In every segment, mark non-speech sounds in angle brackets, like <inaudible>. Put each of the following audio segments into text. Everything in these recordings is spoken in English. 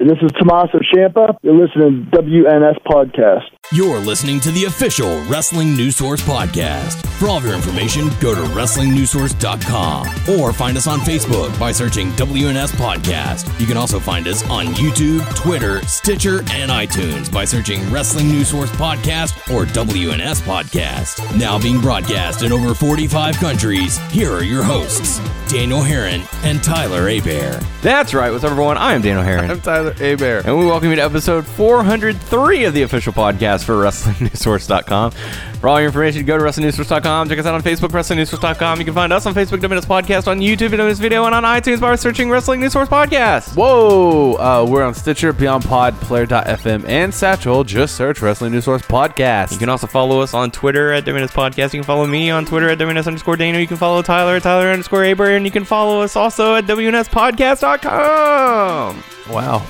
This is Tommaso Champa. You're listening to WNS Podcast. You're listening to the official Wrestling News Source podcast. For all of your information, go to WrestlingNewsSource.com or find us on Facebook by searching WNS Podcast. You can also find us on YouTube, Twitter, Stitcher, and iTunes by searching Wrestling News Source Podcast or WNS Podcast. Now being broadcast in over 45 countries, here are your hosts, Daniel Herron and Tyler Abear. That's right. What's up, everyone? I am Daniel Herron. I'm Tyler Abear. And we welcome you to episode 403 of the official podcast for WrestlingNewsSource.com. For all your information, go to WrestlingNewsSource.com. Check us out on Facebook, WrestlingNewsSource.com. You can find us on Facebook, WNS Podcast, on YouTube, WNS Video, and on iTunes by searching Wrestling News Source Podcast. Whoa! Uh, we're on Stitcher, Beyond Pod, Player.fm, and Satchel. Just search Wrestling News Source Podcast. You can also follow us on Twitter at WNS Podcast. You can follow me on Twitter at WNS underscore Daniel. You can follow Tyler at Tyler underscore Aber. And you can follow us also at WNSPodcast.com. Wow.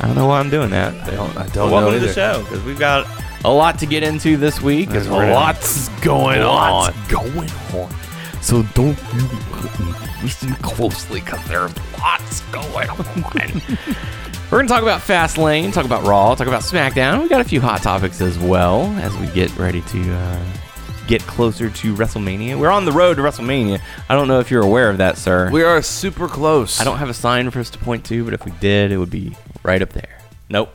I don't know why I'm doing that. I don't, I don't Welcome know to the either. show because we've got a lot to get into this week. There's right. lots going Lots on. going on. So don't you listen closely because there's lots going on. We're going to talk about Fastlane, talk about Raw, talk about SmackDown. we got a few hot topics as well as we get ready to uh, get closer to WrestleMania. We're on the road to WrestleMania. I don't know if you're aware of that, sir. We are super close. I don't have a sign for us to point to, but if we did, it would be right up there. Nope.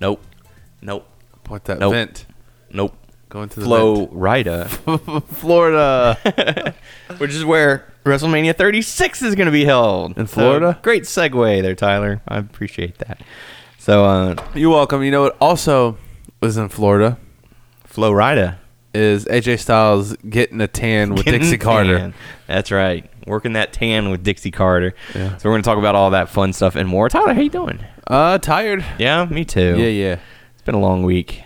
Nope. Nope. What that Nope. vent? Nope. Going to the Flow Rida, vent. <laughs> Florida. <laughs> which is where WrestleMania 36 is going to be held In Florida? So, great segue there, Tyler. I appreciate that. So, uh, You're welcome. You know what? Also, was in Florida Flow Rida is AJ Styles getting a tan with Dixie Carter. Tan. That's right, working that tan with Dixie Carter. So we're going to talk about all that fun stuff and more. Tyler, how you doing? Uh, tired. Yeah, me too. Yeah, yeah. It's been a long week,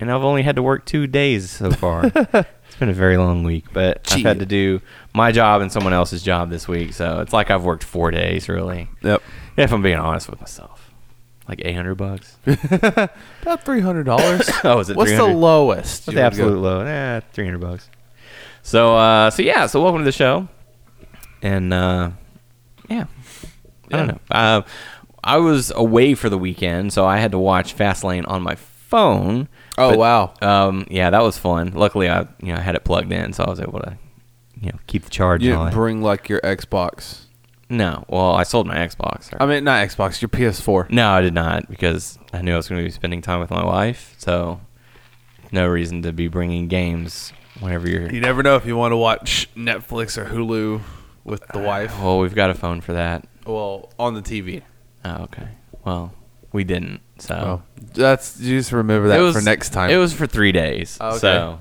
and I've only had to work two days so far. <laughs> it's been a very long week, but I've had Gee. to do my job and someone else's job this week, so it's like I've worked four days really. Yep. If I'm being honest with myself, like eight hundred bucks. <laughs> About three hundred dollars. Oh, <coughs> is it What's the 300? lowest? That's you the would absolute go? low. Eh, three hundred bucks. So, uh, so yeah. So welcome to the show, and uh, yeah, I don't know. Uh, I was away for the weekend, so I had to watch Fastlane on my phone. Oh, wow. Um, yeah, that was fun. Luckily, I you know I had it plugged in, so I was able to you know keep the charge You on. didn't bring like your Xbox. no, well, I sold my Xbox. I mean, not Xbox. Your PS4. No, I did not because I knew I was going to be spending time with my wife, so no reason to be bringing games whenever you're. You never know if you want to watch Netflix or Hulu with the wife. Well, we've got a phone for that. Well, on the TV. Oh, okay. Well, we didn't, so Oh, that's you just remember that it was for next time. It was for three days, Oh, okay. so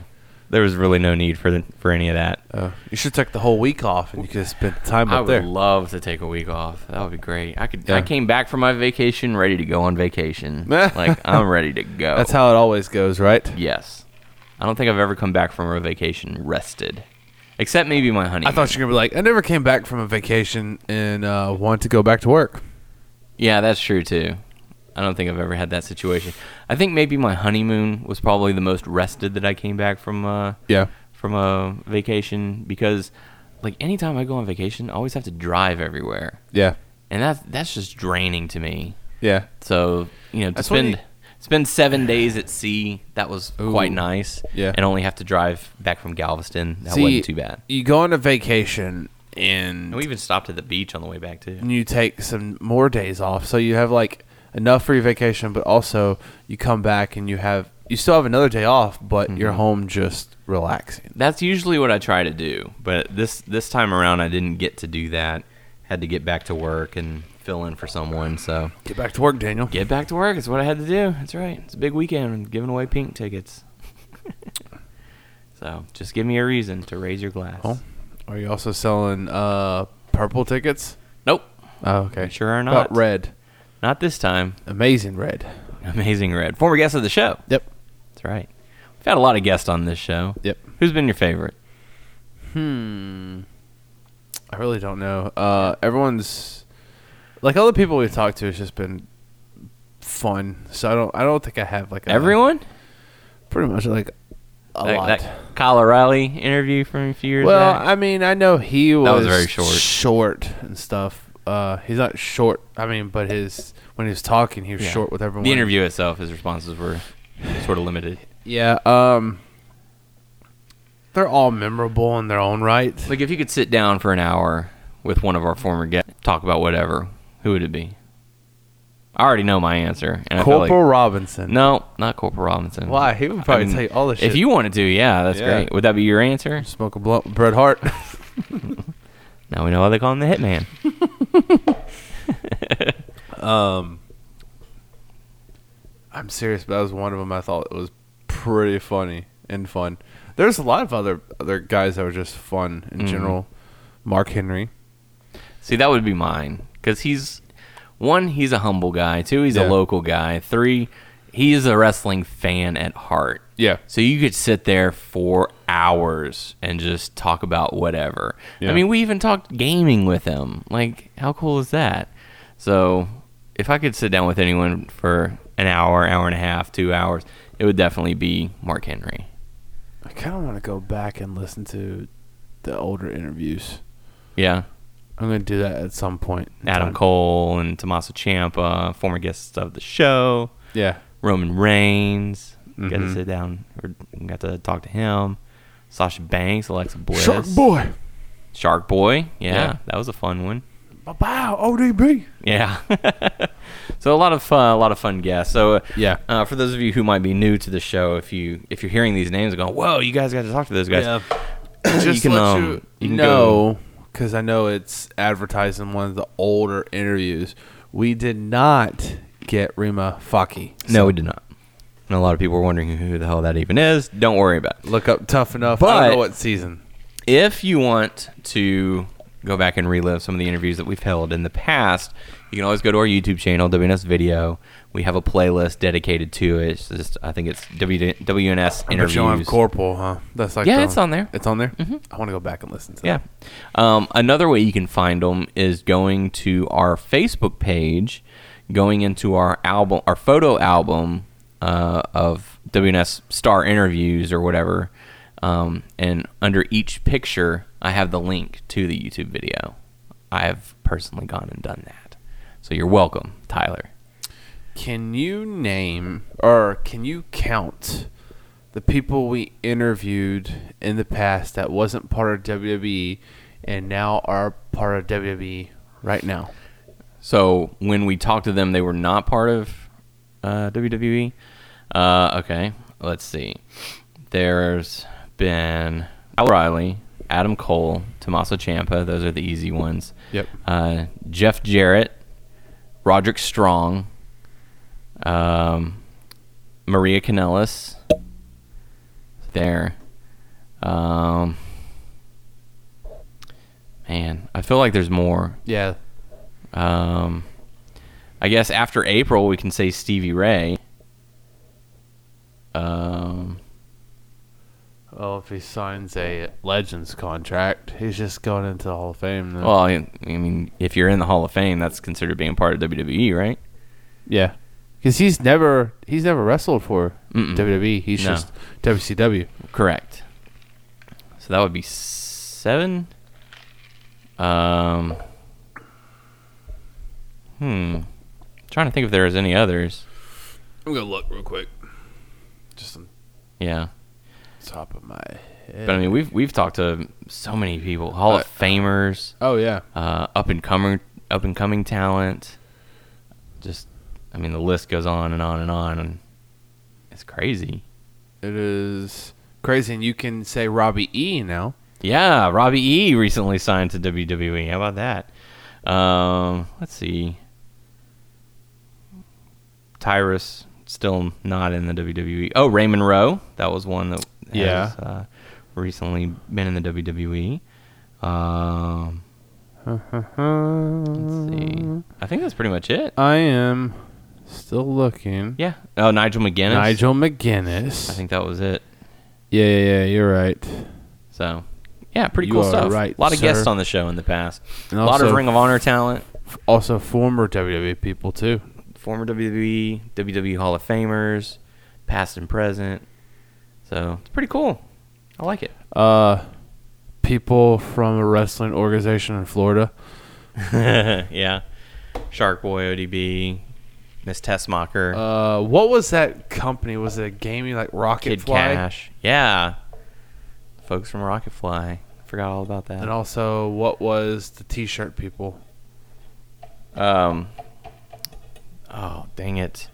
there was really no need for the, for any of that. Oh, you should take the whole week off and you could spend time I up would there. love to take a week off. That would be great. I could. I Yeah. came back from my vacation ready to go on <laughs> vacation. like I'm ready to go. that's how it always goes, right? Yes, I don't think I've ever come back from a vacation rested, except maybe my honeymoon. I thought you were gonna be like, I never came back from a vacation and uh, want to go back to work. Yeah, that's true too. I don't think I've ever had that situation. I think maybe my honeymoon was probably the most rested that I came back from uh Yeah. from a vacation because like anytime I go on vacation, I always have to drive everywhere. Yeah, And that that's just draining to me. yeah. So, you know, to That's what spend you- spend 7 days at sea, that was Ooh. quite nice. Yeah. And only have to drive back from Galveston. That wasn't too bad. You go on a vacation and And we even stopped at the beach on the way back too. and you take some more days off so you have like enough for your vacation but also you come back and you have you still have another day off but you're Mm-hmm. home just relaxing That's usually what I try to do, but this this time around I didn't get to do that. Had to get back to work and fill in for someone. So get back to work daniel get back to work is what I had to do. That's right. It's a big weekend and giving away pink tickets. <laughs> so just give me a reason to raise your glass. Oh. are you also selling uh purple tickets Nope, oh okay Sure are About not. red not this time. amazing red Amazing Red, former guest of the show. yep That's right. We've had a lot of guests on this show. Yep. Who's been your favorite? Hmm. i really don't know uh everyone's like all the people we've talked to has just been fun so i don't i don't think i have like a, Everyone? pretty much like a That- lot That Kyle O'Reilly interview from a few years Well, back. I mean, I know he was, was very short. short and stuff. uh, he's not short. I mean, but his when he was talking, he was Yeah. short with everyone. The interview itself, his responses were sort of limited. Yeah. Um, they're all memorable in their own right. Like if you could sit down for an hour with one of our former guests, talk about whatever, who would it be? I already know my answer. And I feel like- Corporal Robinson. no, not Corporal Robinson. Why? He would probably I mean, tell you all the shit. If you wanted to, yeah, that's Yeah. great. Would that be your answer? smoke a blunt, with Bret Hart. <laughs> Now we know why they call him the Hitman. I'm serious, but that was one of them. I thought it was pretty funny and fun. There's a lot of other other guys that were just fun Mm-hmm. in general. Mark Henry. See, that would be mine because he's one, he's a humble guy. Two, he's a Yeah. local guy. Three, he is a wrestling fan at heart. Yeah. So you could sit there for hours and just talk about whatever. Yeah. I mean, we even talked gaming with him. Like, how cool is that? So, if I could sit down with anyone for an hour, hour and a half, two hours, it would definitely be Mark Henry. I kind of want to go back and listen to the older interviews. Yeah. I'm gonna do that at some point. in Adam time. Cole and Tommaso Ciampa, former guests of the show. Yeah. Roman Reigns. Got to Mhm. sit down or got to talk to him. Sasha Banks, Alexa Bliss, Shark Boy. Shark Boy. Yeah, Yeah. that was a fun one. Bow. ODB. Yeah. <laughs> so a lot of fun, a lot of fun guests. So uh, Yeah. uh, for those of you who might be new to the show, if you if you're hearing these names and going, "Whoa, you guys got to talk to those guys," Just can, let um, you, you can know, because I know it's advertised in one of the older interviews. We did not get Rima Faki. no, we did not. And a lot of people were wondering who the hell that even is. Don't worry about it. Look up tough enough. I don't But- know what season. if you want to go back and relive some of the interviews that we've held in the past, you can always go to our YouTube channel, WNS Video. We have a playlist dedicated to it. It's just, I think it's w- WNS I bet you don't have interviews. Corporal, huh? That's like Yeah, the- it's on there. Mm-hmm. It's on there. I want to go back and listen to. Yeah. Um, another way you can find them is going to our Facebook page, going into our album, our photo album uh, of WNS Star interviews or whatever, um, and under each picture, I have the link to the YouTube video. I have personally gone and done that, so you're welcome, Tyler. That. Can you name or can you count the people we interviewed in the past that wasn't part of WWE and now are part of WWE right now? So when we talked to them, they were not part of uh, WWE. Uh, okay, let's see. There's been Al Riley, Adam Cole, Tommaso Ciampa. Those are the easy ones. Yep. Uh, Jeff Jarrett, Roderick Strong, um, Maria Kanellis. There. Um, man, I feel like there's more. Yeah. Um, I guess after April, we can say Stevie Ray. Um, Well, Oh, if he signs a Legends contract, he's just going into the Hall of Fame. Then. well, I, I mean, if you're in the Hall of Fame, that's considered being part of WWE, right? yeah, because he's never he's never wrestled for Mm-mm. WWE. He's No. just WCW. Correct. So that would be seven. Um, hmm. Trying to think if there is any others. I'm gonna look real quick. Just on Yeah, top of my head. but I mean, we've we've talked to so many people, Hall of Famers. oh yeah, uh, up and coming up and coming talent. Just, I mean, the list goes on and on and on, and it's crazy. it is crazy, and you can say Robbie E now. Yeah, Robbie E recently signed to WWE. How about that? Um, let's see. Tyrus still not in the WWE. Oh, Raymond Rowe. That was one that has Yeah. uh, recently been in the WWE. Um, let's see. I think that's pretty much it. I am still looking. Yeah. Oh, Nigel McGuinness. Nigel McGuinness. I think that was it. Yeah, yeah, yeah, you're right. So, yeah, pretty You cool are stuff. right, a lot of sir. guests on the show in the past. And a lot of also- Ring of Honor talent, Also, former WWE people too. former E, WWE, WWE Hall of Famers, past and present. So it's pretty cool. I like it. <laughs> uh, people from a wrestling organization in Florida. yeah. Shark Boy, ODB, Miss Tessmacher, Uh, what was that company? Was it a gaming like Rocket Kid Fly? Cash. Yeah. Folks from Rocketfly. Forgot all about And that. also, what was the T-shirt people? Um, oh, dang it.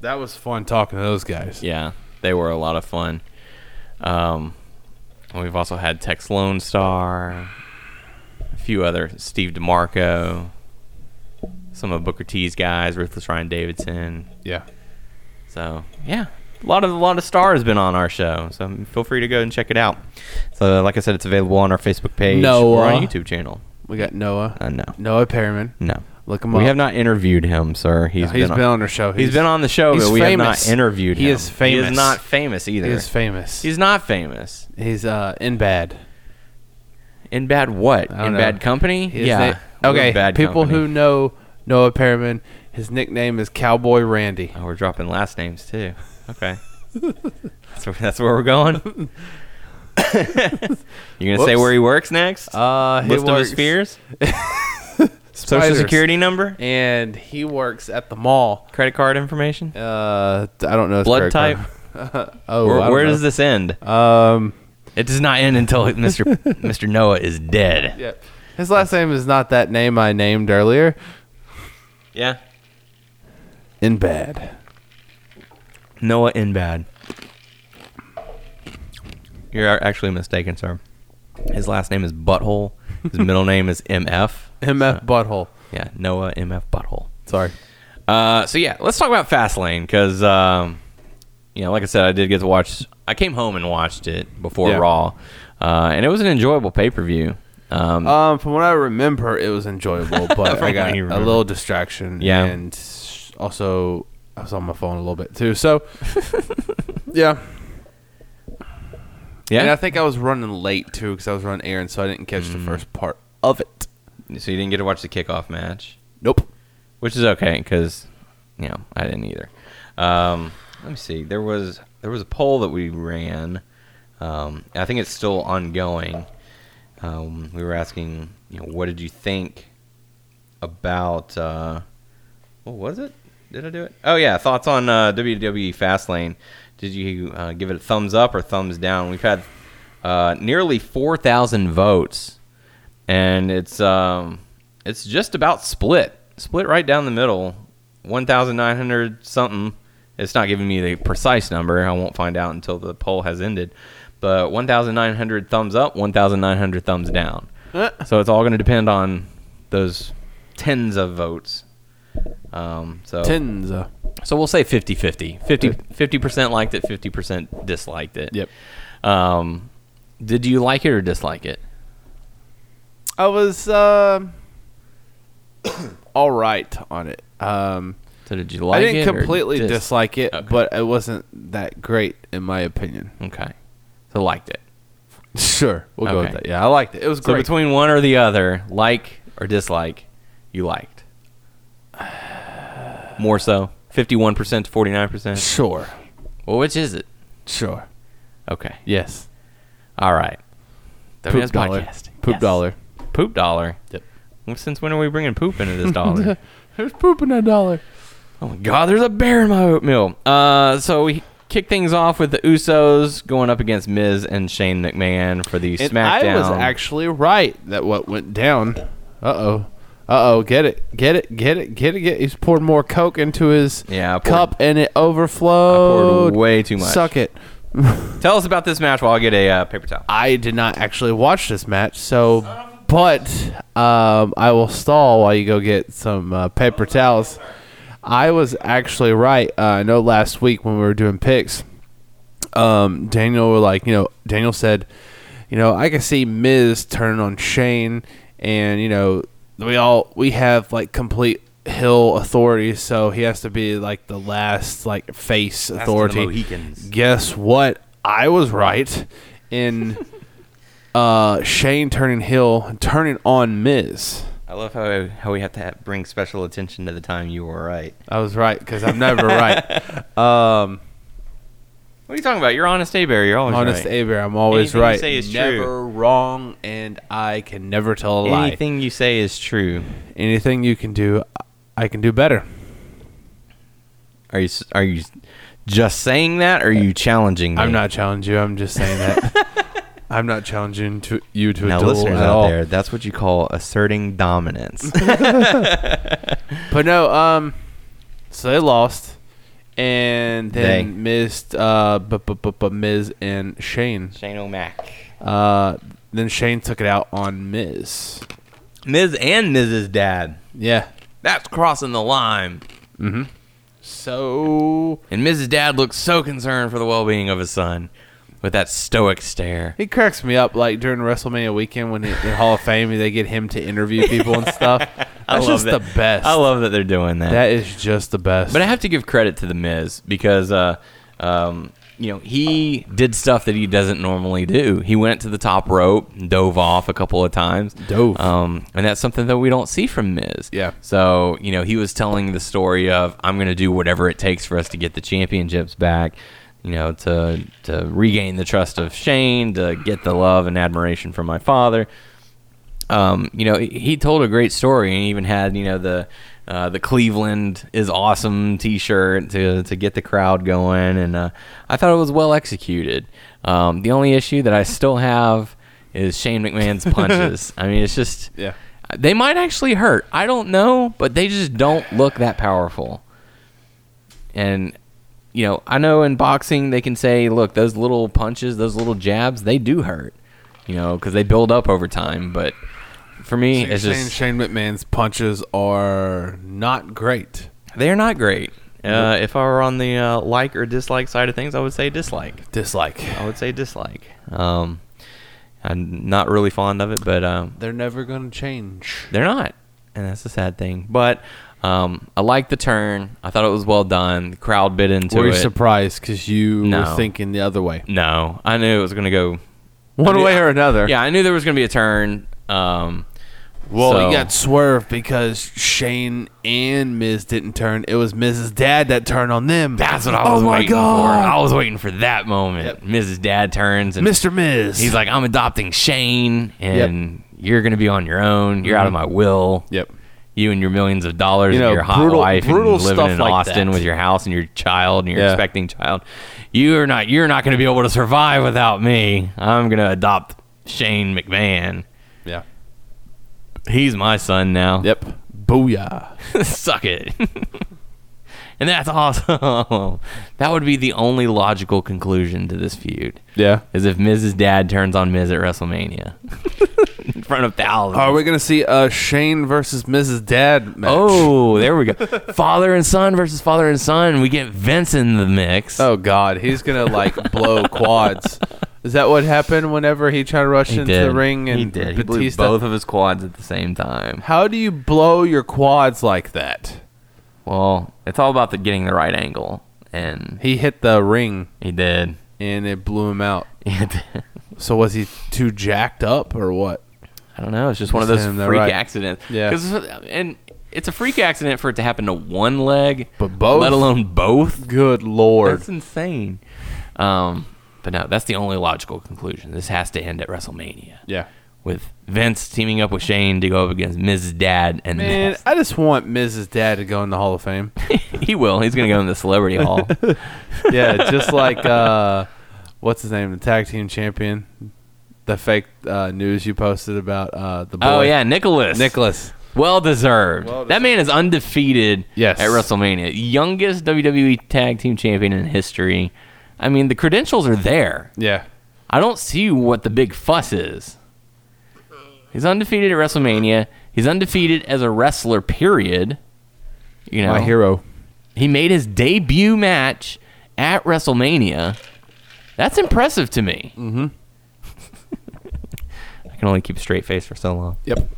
That was fun talking to those guys. Yeah, they were a lot of fun. Um, and we've also had Tex Lone Star, a few other Steve DeMarco, some of Booker T's guys, Ruthless Ryan Davidson. Yeah. So yeah, a lot of a lot of stars been on our show. So feel free to go and check it out. So like I said, it's available on our Facebook page or on Noah. YouTube channel. We got Noah. Uh, no, Noah Perryman. no, Look him we up. have not interviewed him, sir. No, he's been on our show. he's been on the show, he's but we have famous. not interviewed He him. is He famous. is not famous either. He is famous. He's He's not famous. he's uh in bad. In bad what? I don't In know. bad company? His yeah. We're na- okay. Bad people company. who know Noah Perryman, his nickname is Cowboy Randy. Oh, we're dropping last names too. Okay. <laughs> that's, where, that's where we're going. <laughs> you gonna say Whoops. where he works next? Uh, he List of his works- fears, social Spiders. security number, and he works at the mall. credit card information. Uh, I don't know his Blood credit card. oh, Where, I don't where know. does this end? Um, It does not end <laughs> until Mr. Mr. Noah is dead. yeah, his last name is not that name I named earlier. Yeah. In bad. Noah in bad. You're actually mistaken, sir. His last name is Butthole. <laughs> His middle name is MF. MF Butthole. Yeah, Noah MF Butthole. Sorry. Uh, so yeah, let's talk about Fastlane because um, you know, like I said, I did get to watch. I came home and watched it before Yeah. Raw, uh, and it was an enjoyable pay per view. Um, Um, from what I remember, it was enjoyable, <laughs> but From I what got you a remember. little distraction. Yeah. and also I was on my phone a little bit too. <laughs> So, yeah. And I yeah, think I was running late too because I was running errands, so I didn't catch the first part of it. so you didn't get to watch the kickoff match. Nope. which is okay because you know I didn't either. Um, let me see. There was there was a poll that we ran. Um, I think it's still ongoing. Um, we were asking, you know, what did you think about? Uh, what was it? Did I do it? Oh yeah, thoughts on uh, WWE Fastlane. Did you uh, give it a thumbs up or thumbs down? We've had uh, nearly four thousand votes, and it's um, it's just about split, split right down the middle, one thousand nine hundred something. It's not giving me the precise number. I won't find out until the poll has ended. But one thousand nine hundred thumbs up, one thousand nine hundred thumbs down. So it's all going to depend on those tens of votes. Um, so Oh. Tenza. so we'll say 50-50. 50 percent liked it, fifty percent disliked it. Yep. Um, did you like it or dislike it? I was uh, <coughs> all right on it. Um, So did you like I it? didn't or completely dis- dislike it, Okay. but it wasn't that great in my opinion. Okay. So liked it. Sure, we'll go with Okay. that. Yeah, I liked it. It was So great. between one or the other, like or dislike, you <sighs> liked. More so, fifty-one percent to forty-nine percent. sure, Well, which is it? sure. Okay. Yes. All right. WNS Poop dollar. podcast. Poop Yes. dollar. Poop dollar. Yep. Well, Since when are we bringing poop into <laughs> this dollar? Who's pooping a dollar? Oh my God, there's a bear in my oatmeal. Uh, so we kick things off with the Usos going up against Miz and Shane McMahon for the And SmackDown. I was actually right that what went down. Uh oh. Uh oh. Get it. Get it. Get it. Get it. Get it. He's poured more Coke into his Yeah, I poured- cup and it I overflowed. poured way too much. Suck it. Tell us about this match while I get a uh, paper towel. I did not actually watch this match, so but um, I will stall while you go get some uh, paper towels. I was actually right. Uh, I know last week when we were doing picks, um, Daniel were like, you know, Daniel said, you know, I can see Miz turn on Shane, and you know, we all we have like complete Hill authority, so he has to be like the last like face authority. Mohicans. Guess what? I was right <laughs> in uh, Shane turning heel, and turning on Miz. I love how how we have to ha bring special attention to the time you were right. <laughs> I was right because I'm never right. Um, What are you talking about? You're honest Aber. You're always Honest right. Aber, I'm always Anything you right. say is true. never wrong, and I can never tell a lie. Anything you say is true. Anything you can do, I can do better. Are you s- are you just saying that, or are you challenging me? Uh, I'm not challenging you. I'm just saying that. <laughs> I'm not challenging to you to Now, a duel listeners at out all. there, that's what you call asserting dominance. But no, um, so they lost, and then They. missed uh, bu- bu- bu- bu- Miz and <laughs> Shane. Shane O'Mac. Uh, then Shane took it out on Miz. Ms. and Mrs. Dad. Yeah. That's crossing the line. So And Mrs. Dad looks so concerned for the well being of his son with that stoic stare. he cracks me up like during WrestleMania weekend when he, in Hall of Fame they get him to interview people and stuff. That's <laughs> I love just that. the best. I love that they're doing that. that is just the best. But I have to give credit to the Miz because, uh, um, you know, he did stuff that he doesn't normally do. He went to the top rope, dove off a couple of times, Dove. um, and that's something that we don't see from Miz. Yeah. So you know, he was telling the story of I'm going to do whatever it takes for us to get the championships back. You know, to to regain the trust of Shane, to get the love and admiration from my father um, you know, he told a great story and even had, you know, the uh, the Cleveland is awesome T-shirt to to get the crowd going, and uh, I thought it was well executed. Um, the only issue that I still have is Shane McMahon's punches. I mean, it's just Yeah. they might actually hurt. I don't know, but they just don't look that powerful. And you know, I know in boxing they can say, look, those little punches, those little jabs, they do hurt. You know, because they build up over time. But for me, Shane, it's just Shane McMahon's punches are not great. they're not great. Uh, if I were on the uh, like or dislike side of things, I would say dislike. Dislike. I would say dislike. Um, I'm not really fond of it, but um, They're never gonna change. They're not, and that's the sad thing. But um, I like the turn. I thought it was well done. The crowd bit into Were you it. surprised because you No. were thinking the other way? no, I knew it was gonna go. One I knew- way or another. Yeah, I knew there was gonna be a turn. Um, Well, so, you got swerved because Shane and Miz didn't turn. It was Miz's dad that turned on them. That's what I was oh my waiting God. for. I was waiting for that moment. Mrs. Dad turns and Mr. Miz. he's like, "I'm adopting Shane, and you're gonna be on your own. You're out of my will." Mm-hmm. Yep. You and your millions of dollars You know, and your hot brutal- wife brutal and living stuff in like Austin that. with your house and your child and your Yeah. expecting child. You're not you're not going to be able to survive without me. I'm going to adopt Shane McMahon. Yeah. He's my son now. Yep. Booyah. <laughs> Suck it. and that's awesome. <laughs> that would be the only logical conclusion to this feud. Yeah. Is if Miz's dad turns on Miz at WrestleMania <laughs> in front of thousands. Are we gonna see a Shane versus Miz's dad match? Oh, there we go. father and son versus father and son. We get Vince in the mix. Oh God, he's gonna like <laughs> blow quads. Is that what happened whenever he tried to rush into the ring and he did. He blew Batista? both of his quads at the same time. How do you blow your quads like that? Well, it's all about the getting the right angle, and He hit the ring he did. <laughs> and it blew him out. He did. So was he too jacked up or what? I don't know. It's just one of Just those hit him there, freak right. accidents. Yeah. 'Cause- and it's a freak accident for it to happen to one leg, But both? let alone both. Good lord. That's insane. Um, but no, that's the only logical conclusion. This has to end at WrestleMania. yeah. with Vince teaming up with Shane to go up against Mrs. Dad and Man, I just want Miz's dad to go in the Hall of Fame. he will. He's gonna go in the celebrity hall. <laughs> yeah, just like uh what's his name, the tag team champion. The fake uh, news you posted about uh the boy Oh yeah, Nicholas. Nicholas. Well deserved. That man is undefeated Yes. at WrestleMania. Youngest WWE tag team champion in history. I mean the credentials are there. Yeah. I don't see what the big fuss is. He's undefeated at WrestleMania. He's undefeated as a wrestler, period. You know, My hero. He made his debut match at WrestleMania. That's impressive to me. Mm-hmm. <laughs> I can only keep a straight face for so long. Yep.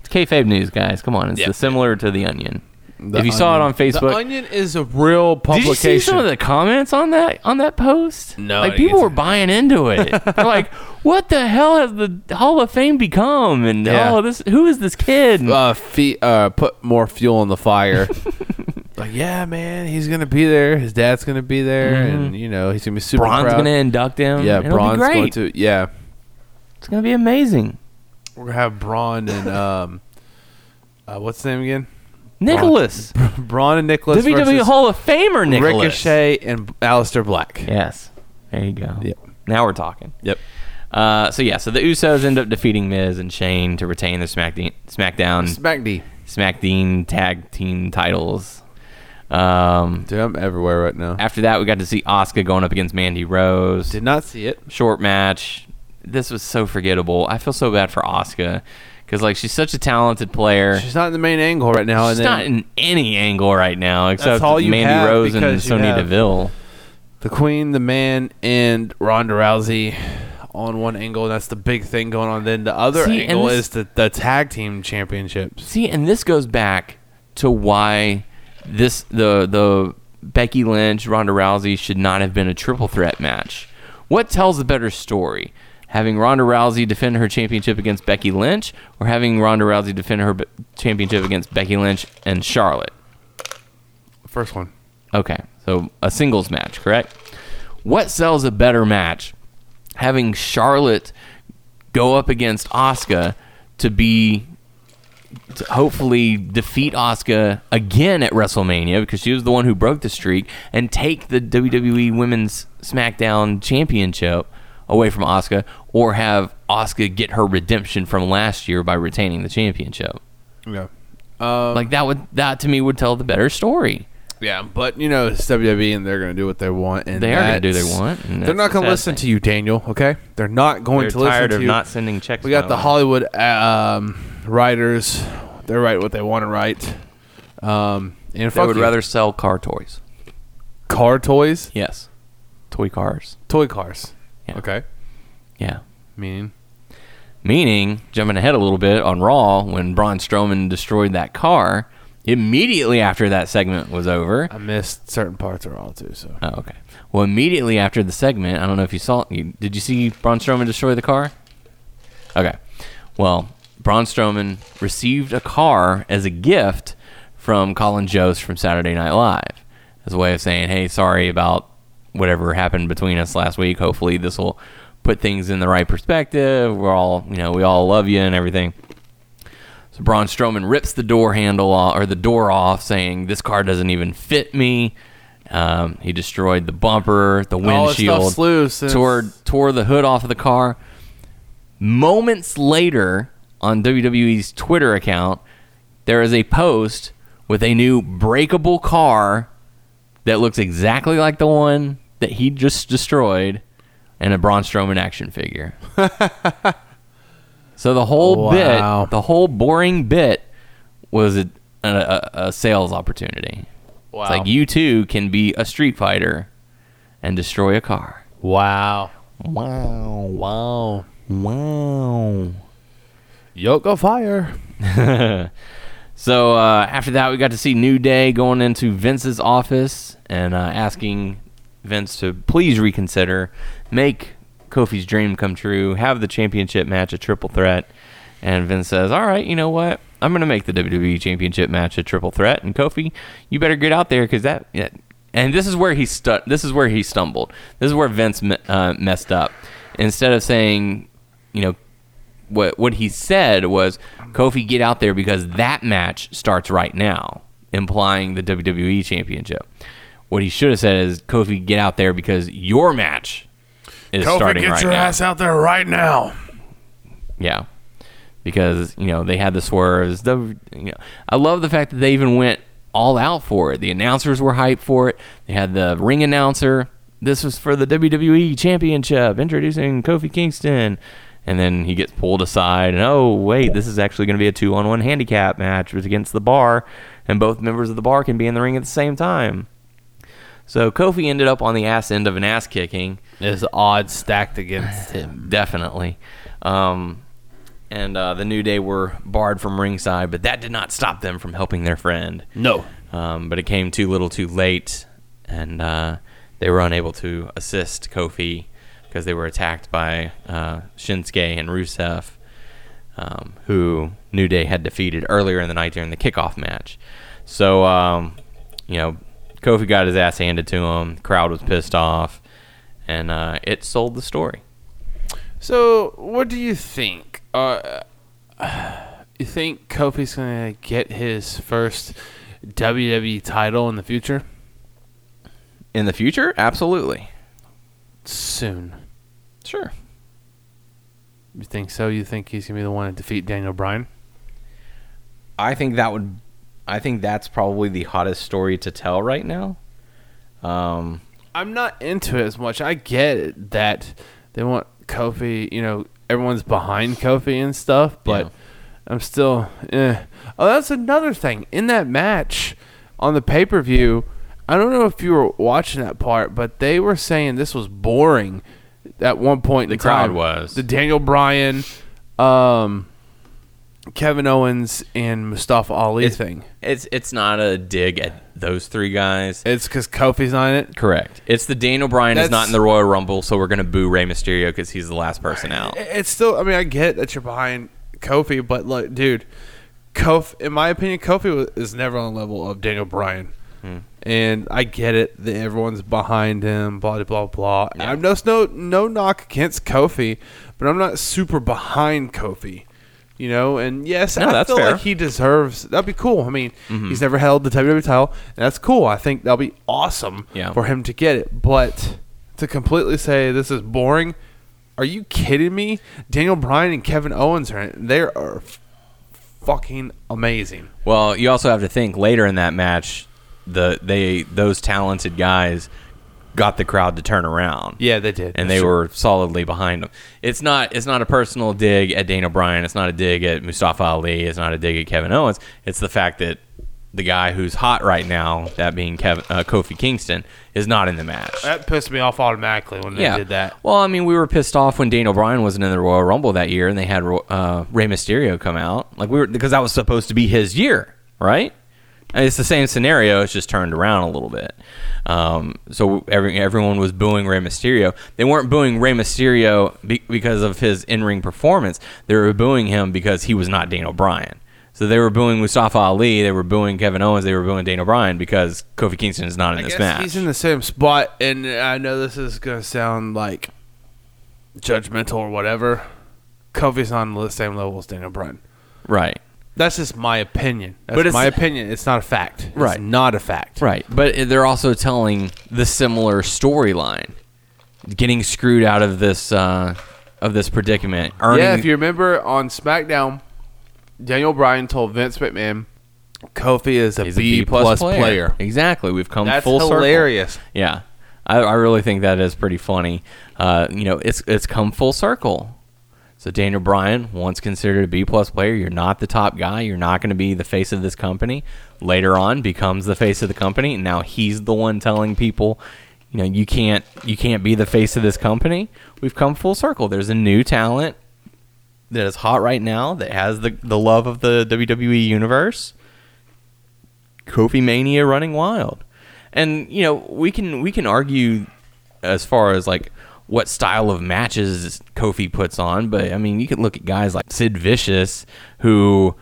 It's kayfabe news, guys. Come on, it's Yeah. similar to the Onion. if you saw it on The Facebook, Onion is a real did publication. you see some of the comments on that on that post? No, I like didn't people get were to- buying into it. <laughs> They're like, "What the hell has the Hall of Fame become?" And Yeah. Mm. oh, this who is this kid? <laughs> uh, fe- uh, put more fuel on the fire. like, yeah, man, he's gonna be there. His dad's gonna be there, and you know he's Mm-hmm. gonna be super Braun's proud. gonna induct him. yeah, It'll be Braun's great. going to yeah. It's gonna be amazing. We're gonna have Braun <laughs> and um, uh, what's his name again? <laughs> Nicholas, Braun and Nicholas WWE versus E Hall of Famer Nicholas. Ricochet and Aleister Black. Yes. There you go. Yep. Now we're talking. Yep. Uh, so yeah, so the Usos end up defeating Miz and Shane to retain their SmackDown SmackDown Smack D. SmackDown tag team titles. Um, Dude, I'm everywhere right now. after that, we got to see Oscar going up against Mandy Rose. Did not see it. Short match. This was so forgettable. I feel so bad for Oscar because like she's such a talented player. She's not in the main angle right now. She's and then not in any angle right now except all you Mandy have Rose and because you Sonya have- Deville. the Queen, the Man, and Ronda Rousey on one angle. and That's the big thing going on. Then the other See, and angle this- is the, the tag team championships. See, and this goes back to why this the the Becky Lynch Ronda Rousey should not have been a triple threat match. What tells the better story? Having Ronda Rousey defend her championship against Becky Lynch, or having Ronda Rousey defend her be- championship against Becky Lynch and Charlotte? First one. Okay, so a singles match, correct? What sells a better match? Having Charlotte go up against Oscar to be to hopefully defeat Oscar again at WrestleMania because she was the one who broke the streak and take the WWE Women's SmackDown Championship away from Oscar, or have Oscar get her redemption from last year by retaining the championship. Yeah. like that would that to me would tell the better story. Yeah, but you know it's WWE, and they're going to do what they want. And They are gonna do that's- they want, and They're that's not the going sad to listen thing. to you, Daniel. Okay, they're not going They're to listen tired to of you. not sending checks. we got the holiday. Hollywood um, writers. They write what they want to write. Um, and They fuck would you. rather sell car toys. car toys, Yes. Toy cars. toy cars. Yeah. Okay, Yeah. meaning Meaning, jumping ahead a little bit on Raw, when Braun Strowman destroyed that car, immediately after that segment was over. I missed certain parts of all too. So Oh, okay. Well, immediately after the segment, I don't know if you saw. You, did you see Braun Strowman destroy the car? Okay. Well, Braun Strowman received a car as a gift from Colin Jost from Saturday Night Live as a way of saying, hey, sorry about whatever happened between us last week. Hopefully, this will put things in the right perspective. We're all, you know, we all love you and everything. So Braun Strowman rips the door handle off, or the door off, saying, this car doesn't even fit me. Um, he destroyed the bumper, the All that stuff's windshield, loose and- tore tore the hood off of the car moments later on WWE's Twitter account, there is a post with a new breakable car that looks exactly like the one that he just destroyed and a Braun Strowman action <laughs> figure. so the whole Wow. bit, the whole boring bit was a, a, a, a sales opportunity. wow, It's like you too can be a street fighter and destroy a car. wow, Wow, wow, wow. yoke of fire. So uh, after that, we got to see New Day going into Vince's office and uh, asking Vince to please reconsider, make Kofi's dream come true, have the championship match a triple threat. And Vince says, "All right, you know what? I'm going to make the WWE Championship match a triple threat." And Kofi, you better get out there because that. Yeah. And this is where he stu- This is where he stumbled. This is where Vince me- uh, messed up. Instead of saying, you know, what what he said was Kofi get out there because that match starts right now, implying the WWE championship. What he should have said is Kofi get out there because your match is starting right now. out there right now. Yeah. Because, you know, they had the swerves. The, you know, I love the fact that they even went all out for it. The announcers were hyped for it. They had the ring announcer. This was for the WWE Championship, introducing Kofi Kingston. And then he gets pulled aside, and oh, wait, this is actually going to be a two on one handicap match which is against the bar, and both members of the bar can be in the ring at the same time. So Kofi ended up on the ass end of an ass kicking. Is odds <sighs> stacked against him? Definitely. Um, and uh, the New Day were barred from ringside, but that did not stop them from helping their friend. No. Um, but it came too little too late, and uh, they were unable to assist Kofi because they were attacked by uh, Shinsuke and Rusev, um, who New Day had defeated earlier in the night during the kickoff match. So um, you know, Kofi got his ass handed to him. The crowd was pissed off, and uh, it sold the story. So, what do you think? Uh, you think Kofi's gonna get his first WWE title in the future In the future, absolutely, soon? sure. You think so? You think he's gonna be the one to defeat Daniel Bryan? I think that would. I think that's probably the hottest story to tell right now. Um, I'm not into it as much. I get it that they want Kofi, you know, everyone's behind Kofi and stuff, but Yeah. I'm still. Eh. Oh, that's another thing. In that match on the pay per view, I don't know if you were watching that part, but they were saying this was boring at one point. in The crowd time. was. The Daniel Bryan, um, Kevin Owens, and Mustafa Ali It's- thing. it's it's not a dig at those three guys. It's because Kofi's on it. Correct. It's the Daniel Bryan is That's- not in the Royal Rumble, so we're gonna boo Rey Mysterio because he's the last person out. It- It's still. I mean, I get that you're behind Kofi, but like, dude, Kofi. In my opinion, Kofi wa- is never on the level of Daniel Bryan. Hmm. And I get it that everyone's behind him, blah blah blah. Yeah. I'm just no no knock against Kofi, but I'm not super behind Kofi, you know. And yes, No, I that's feel fair. like he deserves. That'd be cool. I mean, he's never held the WWE title, and that's cool. I think that'll be awesome Yeah. for him to get it. But to completely say this is boring, are you kidding me? Daniel Bryan and Kevin Owens are they are f- fucking amazing. Well, you also have to think later in that match, the they those talented guys got the crowd to turn around. Yeah, they did, and they were solidly behind him. It's not it's not a personal dig at Daniel Bryan. It's not a dig at Mustafa Ali. It's not a dig at Kevin Owens. It's the fact that the guy who's hot right now, that being Kevin, uh, Kofi Kingston, is not in the match. That pissed me off automatically when they did that. Well, I mean, we were pissed off when Daniel Bryan wasn't in the Royal Rumble that year, and they had uh, Rey Mysterio come out. Like we were because that was supposed to be his year, right? And it's the same scenario. It's just turned around a little bit. Um, so every, everyone was booing Rey Mysterio. They weren't booing Rey Mysterio be- because of his in-ring performance. They were booing him because he was not Daniel Bryan. So they were booing Mustafa Ali. They were booing Kevin Owens. They were booing Daniel Bryan because Kofi Kingston is not in this Guess match. He's in the same spot, and I know this is gonna sound like judgmental or whatever. Kofi's on the same level as Daniel Bryan. right. That's just my opinion. That's But it's- my opinion. It's not a fact. It's Right. not a fact. Right, but it- they're also telling the similar storyline, getting screwed out of this uh, of this predicament. Earning, Yeah, if you remember on SmackDown, Daniel Bryan told Vince McMahon, Kofi is a B he's a B plus player. Exactly, we've come That's full circle. hilarious. Yeah, I, I really think that is pretty funny. Uh, you know, it's it's come full circle. So Daniel Bryan, once considered a B plus player, you're not the top guy. You're not going to be the face of this company. Later on, becomes the face of the company. And now he's the one telling people, you know, you can't you can't be the face of this company. We've come full circle. There's a new talent that is hot right now that has the the love of the WWE universe. Kofi Mania running wild. And you know, we can we can argue as far as like what style of matches Kofi puts on, but I mean, you can look at guys like Sid Vicious who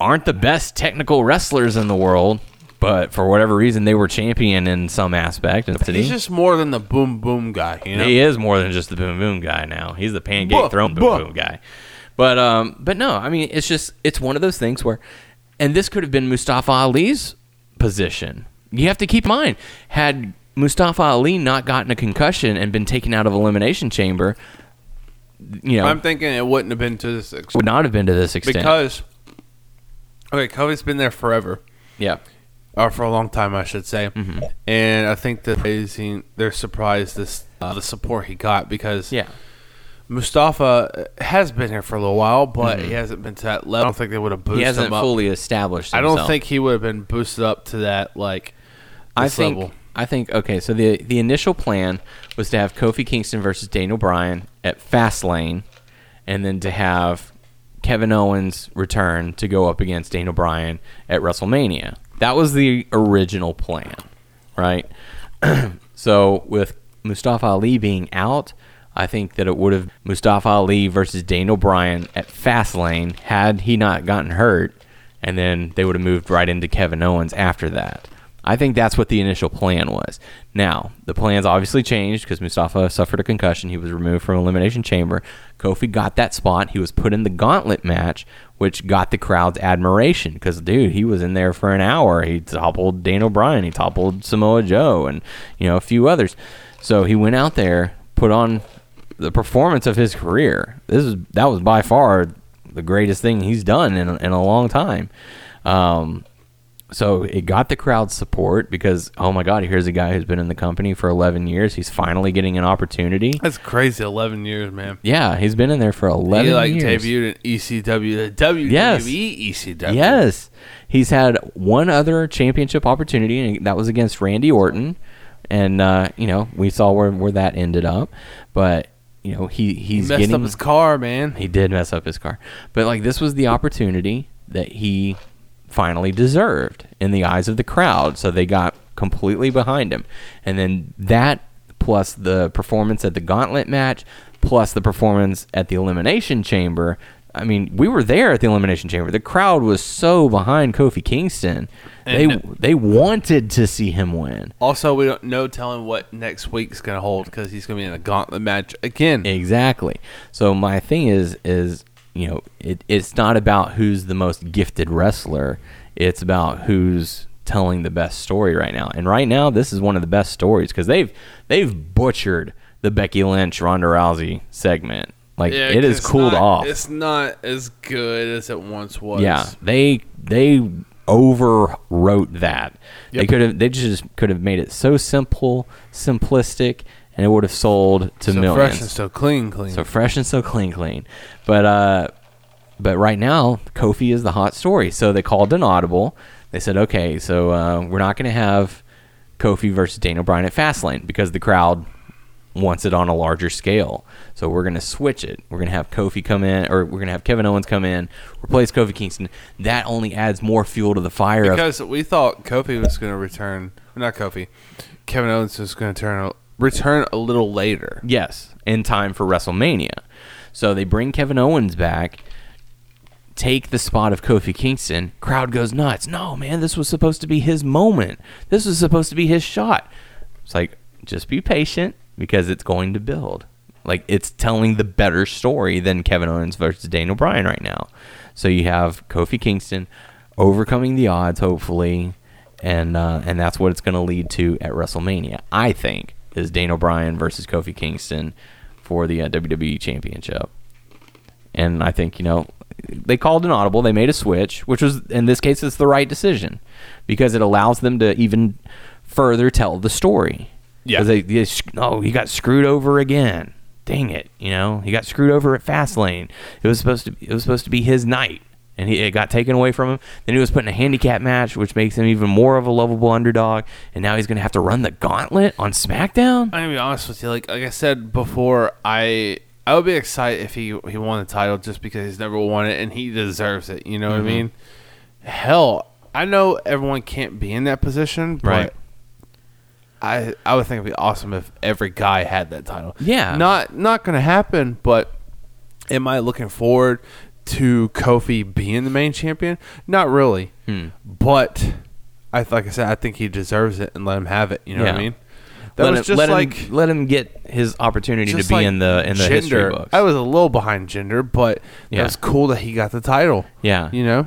aren't the best technical wrestlers in the world, but for whatever reason they were champion in some aspect. And He's just more than the boom boom guy, you know? he is more than just the boom boom guy now. He's the pancake Buh, throne boom buh. boom guy. But um, but no, I mean it's just it's one of those things where, and this could have been Mustafa Ali's position. You have to keep in mind had Mustafa Ali not gotten a concussion and been taken out of elimination chamber, you know, I'm thinking it wouldn't have been to this extent. would not have been to this extent. Because, okay, Kofi's been there forever, yeah, or for a long time, I should say. And I think that they they're surprised this uh, the support he got because yeah. Mustafa uh, has been here for a little while, but he hasn't been to that level. I don't think they would have boosted Mm-hmm. He hasn't him up. fully established. I don't himself. think he would have been boosted up to that like I this think level. I think okay. So the the initial plan was to have Kofi Kingston versus Daniel Bryan at Fastlane, and then to have Kevin Owens return to go up against Daniel Bryan at WrestleMania. That was the original plan, right? so with Mustafa Ali being out, I think that it would have Mustafa Ali versus Daniel Bryan at Fastlane had he not gotten hurt, and then they would have moved right into Kevin Owens after that. I think that's what the initial plan was. Now, the plans obviously changed because Mustafa suffered a concussion. He was removed from Elimination Chamber. Kofi got that spot. He was put in the gauntlet match, which got the crowd's admiration because, dude, he was in there for an hour. He toppled Daniel Bryan, he toppled Samoa Joe, and, you know, a few others. So he went out there, put on the performance of his career. This is that was by far the greatest thing he's done in, in a long time. Um, so it got the crowd's support because oh my god, here's a guy who's been in the company for 11 years. He's finally getting an opportunity. That's crazy. Eleven years, man. Yeah, he's been in there for 11 He like years. debuted in E ECW, WWE Yes. ECW. Yes. He's had one other championship opportunity, and that was against Randy Orton. And, uh, you know, we saw where, where that ended up. But, you know, he, he's he messed getting. up his car, man. He did mess up his car. But like this was the opportunity that he finally deserved in the eyes of the crowd. So they got completely behind him. And then that plus the performance at the gauntlet match plus the performance at the elimination chamber. I mean, we were there at the elimination chamber. The crowd was so behind Kofi Kingston. They they wanted to see him win. Also, we don't know telling what next week's gonna hold because he's gonna be in a gauntlet match again. Exactly. So my thing is is you know it, it's not about who's the most gifted wrestler. It's about who's telling the best story right now. And right now, this is one of the best stories because they've they've butchered the Becky Lynch Ronda Rousey segment. Like Yeah, it is 'cause cooled not- off. It's not as good as it once was. Yeah, they they overwrote that. They could have they just could have made it so simple, simplistic, and it would have sold to so millions. fresh and so clean, clean. So fresh and so clean, clean. But uh, but right now, Kofi is the hot story. So they called an audible. They said, okay, so uh, we're not going to have Kofi versus Daniel Bryan at Fastlane because the crowd wants it on a larger scale. So we're going to switch it. We're going to have Kofi come in, or we're going to have Kevin Owens come in, replace Kofi Kingston. That only adds more fuel to the fire of because we thought Kofi was going to return, not Kofi. Kevin Owens was going to turn return a little later. Yes, in time for WrestleMania. So they bring Kevin Owens back, take the spot of Kofi Kingston. Crowd goes nuts. No, man, this was supposed to be his moment. This was supposed to be his shot. It's like, just be patient because it's going to build. Like, it's telling the better story than Kevin Owens versus Daniel Bryan right now. So you have Kofi Kingston overcoming the odds, hopefully. And, uh, and that's what it's going to lead to at WrestleMania, I think, is Daniel Bryan versus Kofi Kingston for the uh, WWE Championship. And I think, you know, they called an audible, they made a switch, which was in this case it's the right decision because it allows them to even further tell the story. Yeah. 'Cause They, they, sc- oh, he got screwed over again. Dang it, you know. He got screwed over at Fastlane. It was supposed to it was supposed to be his night and he, it got taken away from him. Then he was put in a handicap match, which makes him even more of a lovable underdog, and now he's going to have to run the gauntlet on SmackDown? I'm gonna be honest with you. Like like I said before, I I would be excited if he he won the title just because he's never won it and he deserves it. You know Mm-hmm. what I mean? Hell, I know everyone can't be in that position, but Right. I I would think it'd be awesome if every guy had that title. Yeah. Not not gonna happen, but am I looking forward to Kofi being the main champion? Not really. Hmm. But I like I said, I think he deserves it and let him have it. You know what Yeah. I mean? That let was him, just let him- like let him get his opportunity to just be like in the in the gender. history books. I was a little behind gender, but Yeah. that was cool that he got the title. Yeah. you know,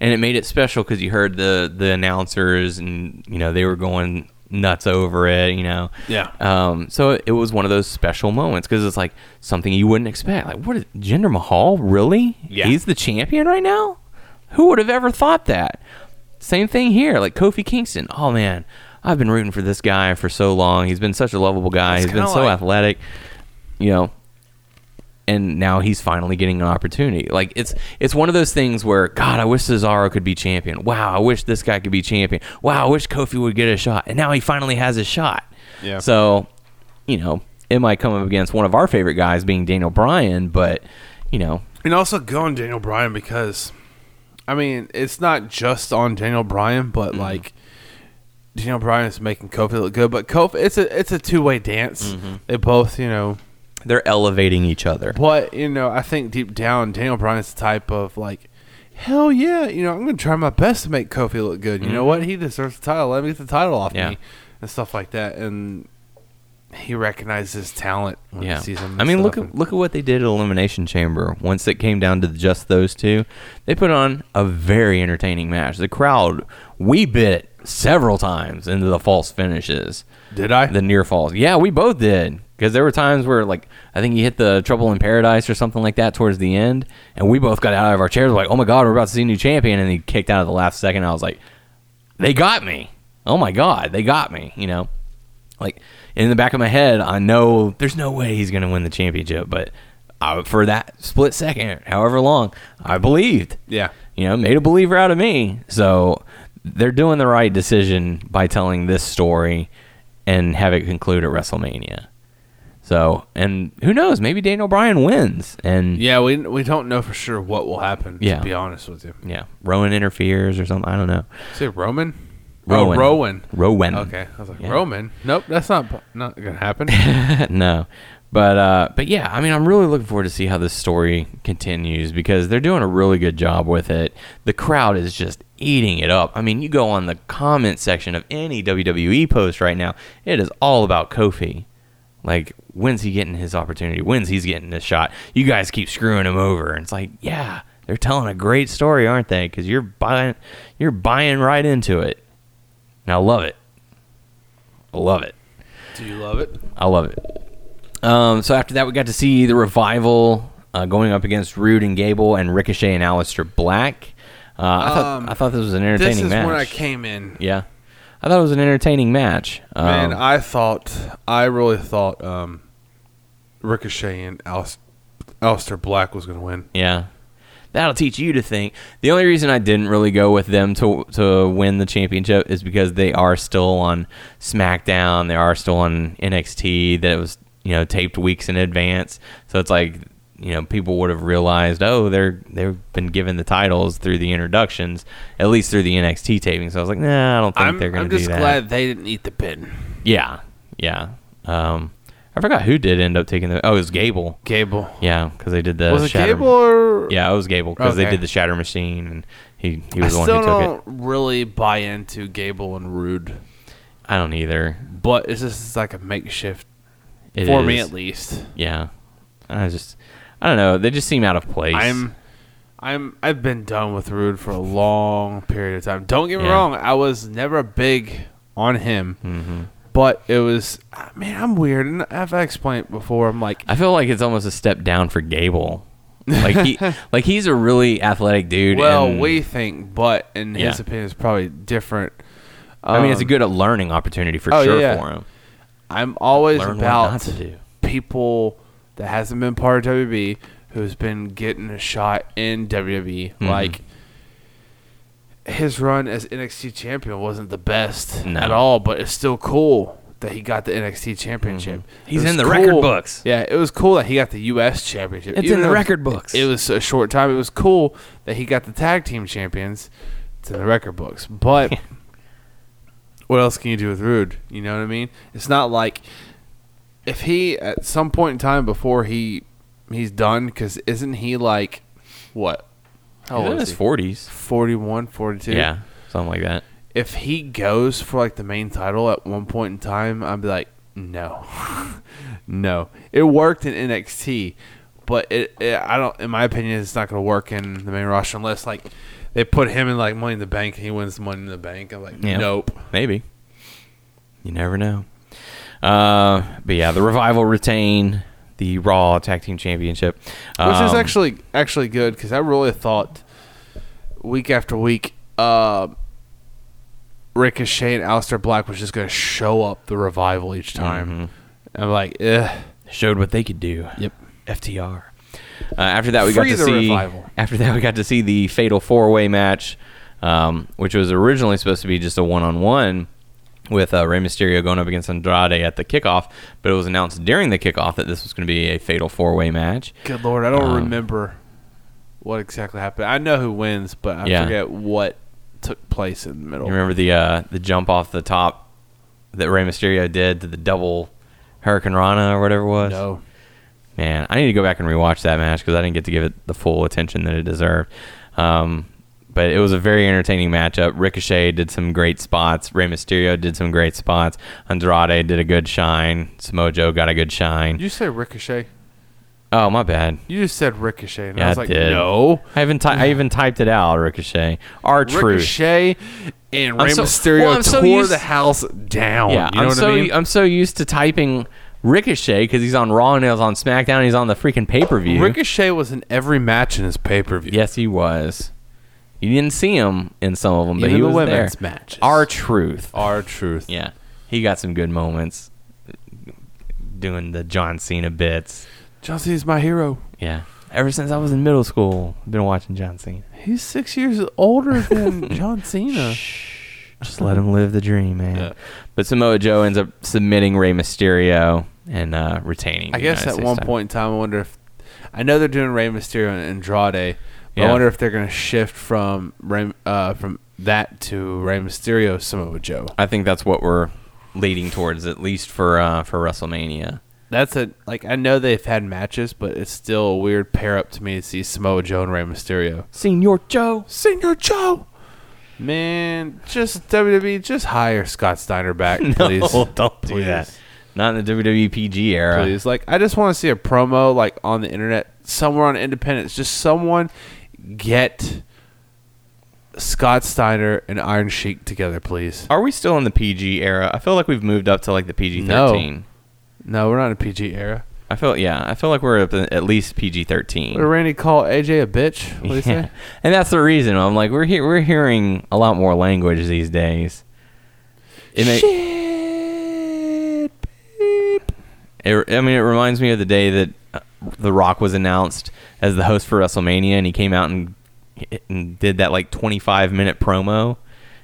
and it made it special because you heard the the announcers and you know they were going nuts over it you know Yeah. um so it was one of those special moments because it's like something you wouldn't expect like what is jinder mahal really Yeah. he's the champion right now who would have ever thought that same thing here like kofi kingston oh man i've been rooting for this guy for so long he's been such a lovable guy he's been kinda so like- athletic you know and now he's finally getting an opportunity. Like it's it's one of those things where God, I wish Cesaro could be champion. Wow, I wish this guy could be champion. Wow, I wish Kofi would get a shot. And now he finally has a shot. Yeah. So, you know, it might come up against one of our favorite guys being Daniel Bryan, but you know, and also go on Daniel Bryan because, I mean, it's not just on Daniel Bryan, but Mm-hmm. like Daniel Bryan is making Kofi look good. But Kofi, it's a it's a two way dance. Mm-hmm. They both, you know, they're elevating each other. but you know, I think deep down, Daniel Bryan's the type of like hell yeah, you know, I'm going to try my best to make Kofi look good. You know what? He deserves the title. Let me get the title off Mm-hmm. Yeah. me and stuff like that. And he recognizes his talent when Yeah, he sees him. I and mean, look stuff. at look at what they did at Elimination Chamber. Once it came down to just those two, they put on a very entertaining match. The crowd we bit several times into the false finishes, Did I? the near falls. Yeah, we both did because there were times where like I think you hit the Trouble in Paradise or something like that towards the end, and we both got out of our chairs like, oh my god, we're about to see a new champion, and he kicked out at the last second. I was like, they got me. Oh my god, they got me. You know, like in the back of my head, I know there's no way he's going to win the championship, but I, for that split second, however long, I believed. Yeah. You know, made a believer out of me. So they're doing the right decision by telling this story and have it conclude at WrestleMania. So, and who knows? Maybe Daniel Bryan wins, and Yeah, we we don't know for sure what will happen. Yeah. to be honest with you. yeah, Rowan interferes or something. I don't know. Say Roman. Rowan. Oh, Rowan. Rowan. Okay, I was like Yeah. Roman. Nope, that's not not <laughs> gonna happen. no. But uh, but yeah, I mean, I'm really looking forward to see how this story continues because they're doing a really good job with it. The crowd is just eating it up. I mean, you go on the comment section of any WWE post right now, it is all about Kofi. Like, when's he getting his opportunity? When's he's getting this shot? You guys keep screwing him over, and it's like, yeah, they're telling a great story, aren't they? Because you're buying, you're buying right into it. And I love it. I love it. Do you love it? I love it. Um, so after that, we got to see the revival uh, going up against Rude and Gable and Ricochet and Aleister Black. Uh, I, thought, I thought this was an entertaining Um, This is match. when I came in, Yeah, I thought it was an entertaining match. Um, man. I thought, I really thought, um, Ricochet and Alis- Alistair Black was gonna win. Yeah. That'll teach you to think. The only reason I didn't really go with them to to win the championship is because they are still on SmackDown, they are still on NXT that it was, you know, taped weeks in advance. So it's like, you know, people would have realized, "Oh, they're they've been given the titles through the introductions, at least through the NXT taping." So I was like, "Nah, I don't think I'm, they're going I'm to do just that." glad they didn't eat the pin. Yeah. Yeah. Um I forgot who did end up taking the Oh, it was Gable. Gable Yeah, cuz they did the was it Shatter- Gable or yeah, it was Gable because they Okay. did the Shatter Machine, and he he I was the one still who took don't it. really buy into Gable and Rude, I don't either. but it's just like a makeshift It for me is- at least. Yeah, I just I don't know. They just seem out of place. I'm I'm I've been done with Rude for a long period of time. Don't get me Yeah. wrong, I was never big on him. Mm-hmm. But it was ah, man, I'm weird and I've explained before. I'm like I feel like it's almost a step down for Gable. Like <laughs> he like he's a really athletic dude. well, and- we think, but in his Yeah. opinion is probably different. I mean, it's a Um, good learning opportunity for oh, sure yeah, yeah. for him. I'm always Learn what not about to do. people that hasn't been part of WWE who's been getting a shot in WWE. Mhm. Like his run as NXT champion wasn't the best No. at all, but it's still cool that he got the NXT championship. It Mm-hmm. He's was in the record books. Yeah, it was cool that he got the US championship. It's in the though record books. It was a short time. It was cool that he got the tag team champions. It's in the record books. <laughs> But what else can you do with Rude? You know what I mean? It's not like if he at some point in time before he he's done because isn't he like what? How He's old in is his he? forties. 41, 42. Yeah, something like that. If he goes for like the main title at one point in time, I'd be like, no, <laughs> no. It worked in NXT, but it, it I don't. In my opinion, it's not going to work in the main roster unless like they put him in like Money in the Bank and he wins the Money in the Bank. I'm like, Yeah. nope. Maybe. You never know. Uh, but yeah, the revival retain the Raw Tag Team Championship, which is Um, actually actually good because I really thought week after week, uh, Ricochet and Aleister Black was just going to show up the revival each time. Mm-hmm. I'm like, eh. showed what they could do. Yep. FTR. Uh, after that, we Free got to the see. revival. After that, we got to see the Fatal Four Way match, um, which was originally supposed to be just a one on one with uh, Rey Mysterio going up against Andrade at the kickoff, but it was announced during the kickoff that this was going to be a Fatal Four Way match. Good lord, I don't Um, remember what exactly happened. I know who wins, but I Yeah. forget what took place in the middle. You remember the uh, the jump off the top that Rey Mysterio did to the double Hurricane Rana or whatever it was? No. Man, I need to go back and rewatch that match because I didn't get to give it the full attention that it deserved. Um, but it was a very entertaining matchup. Ricochet did some great spots. Rey Mysterio did some great spots. Andrade did a good shine. Samoa Joe got a good shine. You said Ricochet. Oh, my bad. You just said Ricochet, and Yeah, I I, was like, did. no. I even ty- I even typed it out. Ricochet, our truth. Ricochet and I'm Rey so- Mysterio well, I'm so tore used- the house down. Yeah, you know I'm what so I mean? I'm so used to typing Ricochet because he's on Raw and he was on SmackDown. And he's on the freaking pay per view. Ricochet was in every match in his pay per view. Yes, he was. You didn't see him in some of them, but Even he the was women's there. matches. Our truth. Our truth. Yeah, he got some good moments doing the John Cena bits. John Cena's my hero. Yeah. Ever since I was in middle school, I've been watching John Cena. He's six years <laughs> older than John Cena. Just let him live the dream, man. Yeah. But Samoa Joe ends up submitting Rey Mysterio and uh, retaining. I the guess United at States one title. point in time, I wonder if I know they're doing Rey Mysterio and Andrade. But I Yeah. wonder if they're going to shift from Rey, uh, from that to Rey Mysterio Samoa Joe. I think that's what we're leading towards, at least for uh, for WrestleMania. That's a like I know they've had matches, but it's still a weird pair up to me to see Samoa Joe and Rey Mysterio. Senor Joe. <laughs> Senior Joe. Man, just WWE, just hire Scott Steiner <laughs> back, please. don't do Please. that. Not in the WWPG era. Please, like, I just want to see a promo like on the internet somewhere on Independence. Just someone get Scott Steiner and Iron Sheik together, please. Are we still in the PG era? I feel like we've moved up to like the PG thirteen. No, we're not in a PG era. I feel yeah. I feel like we're up in at least PG What did thirteen. Randy call AJ a bitch? <laughs> What do you Yeah. say? And that's the reason I'm like we're he- we're hearing a lot more language these days. It may- Shit, beep. It, I mean, it reminds me of the day that uh, The Rock was announced as the host for WrestleMania, and he came out and, and did that like 25 minute promo, and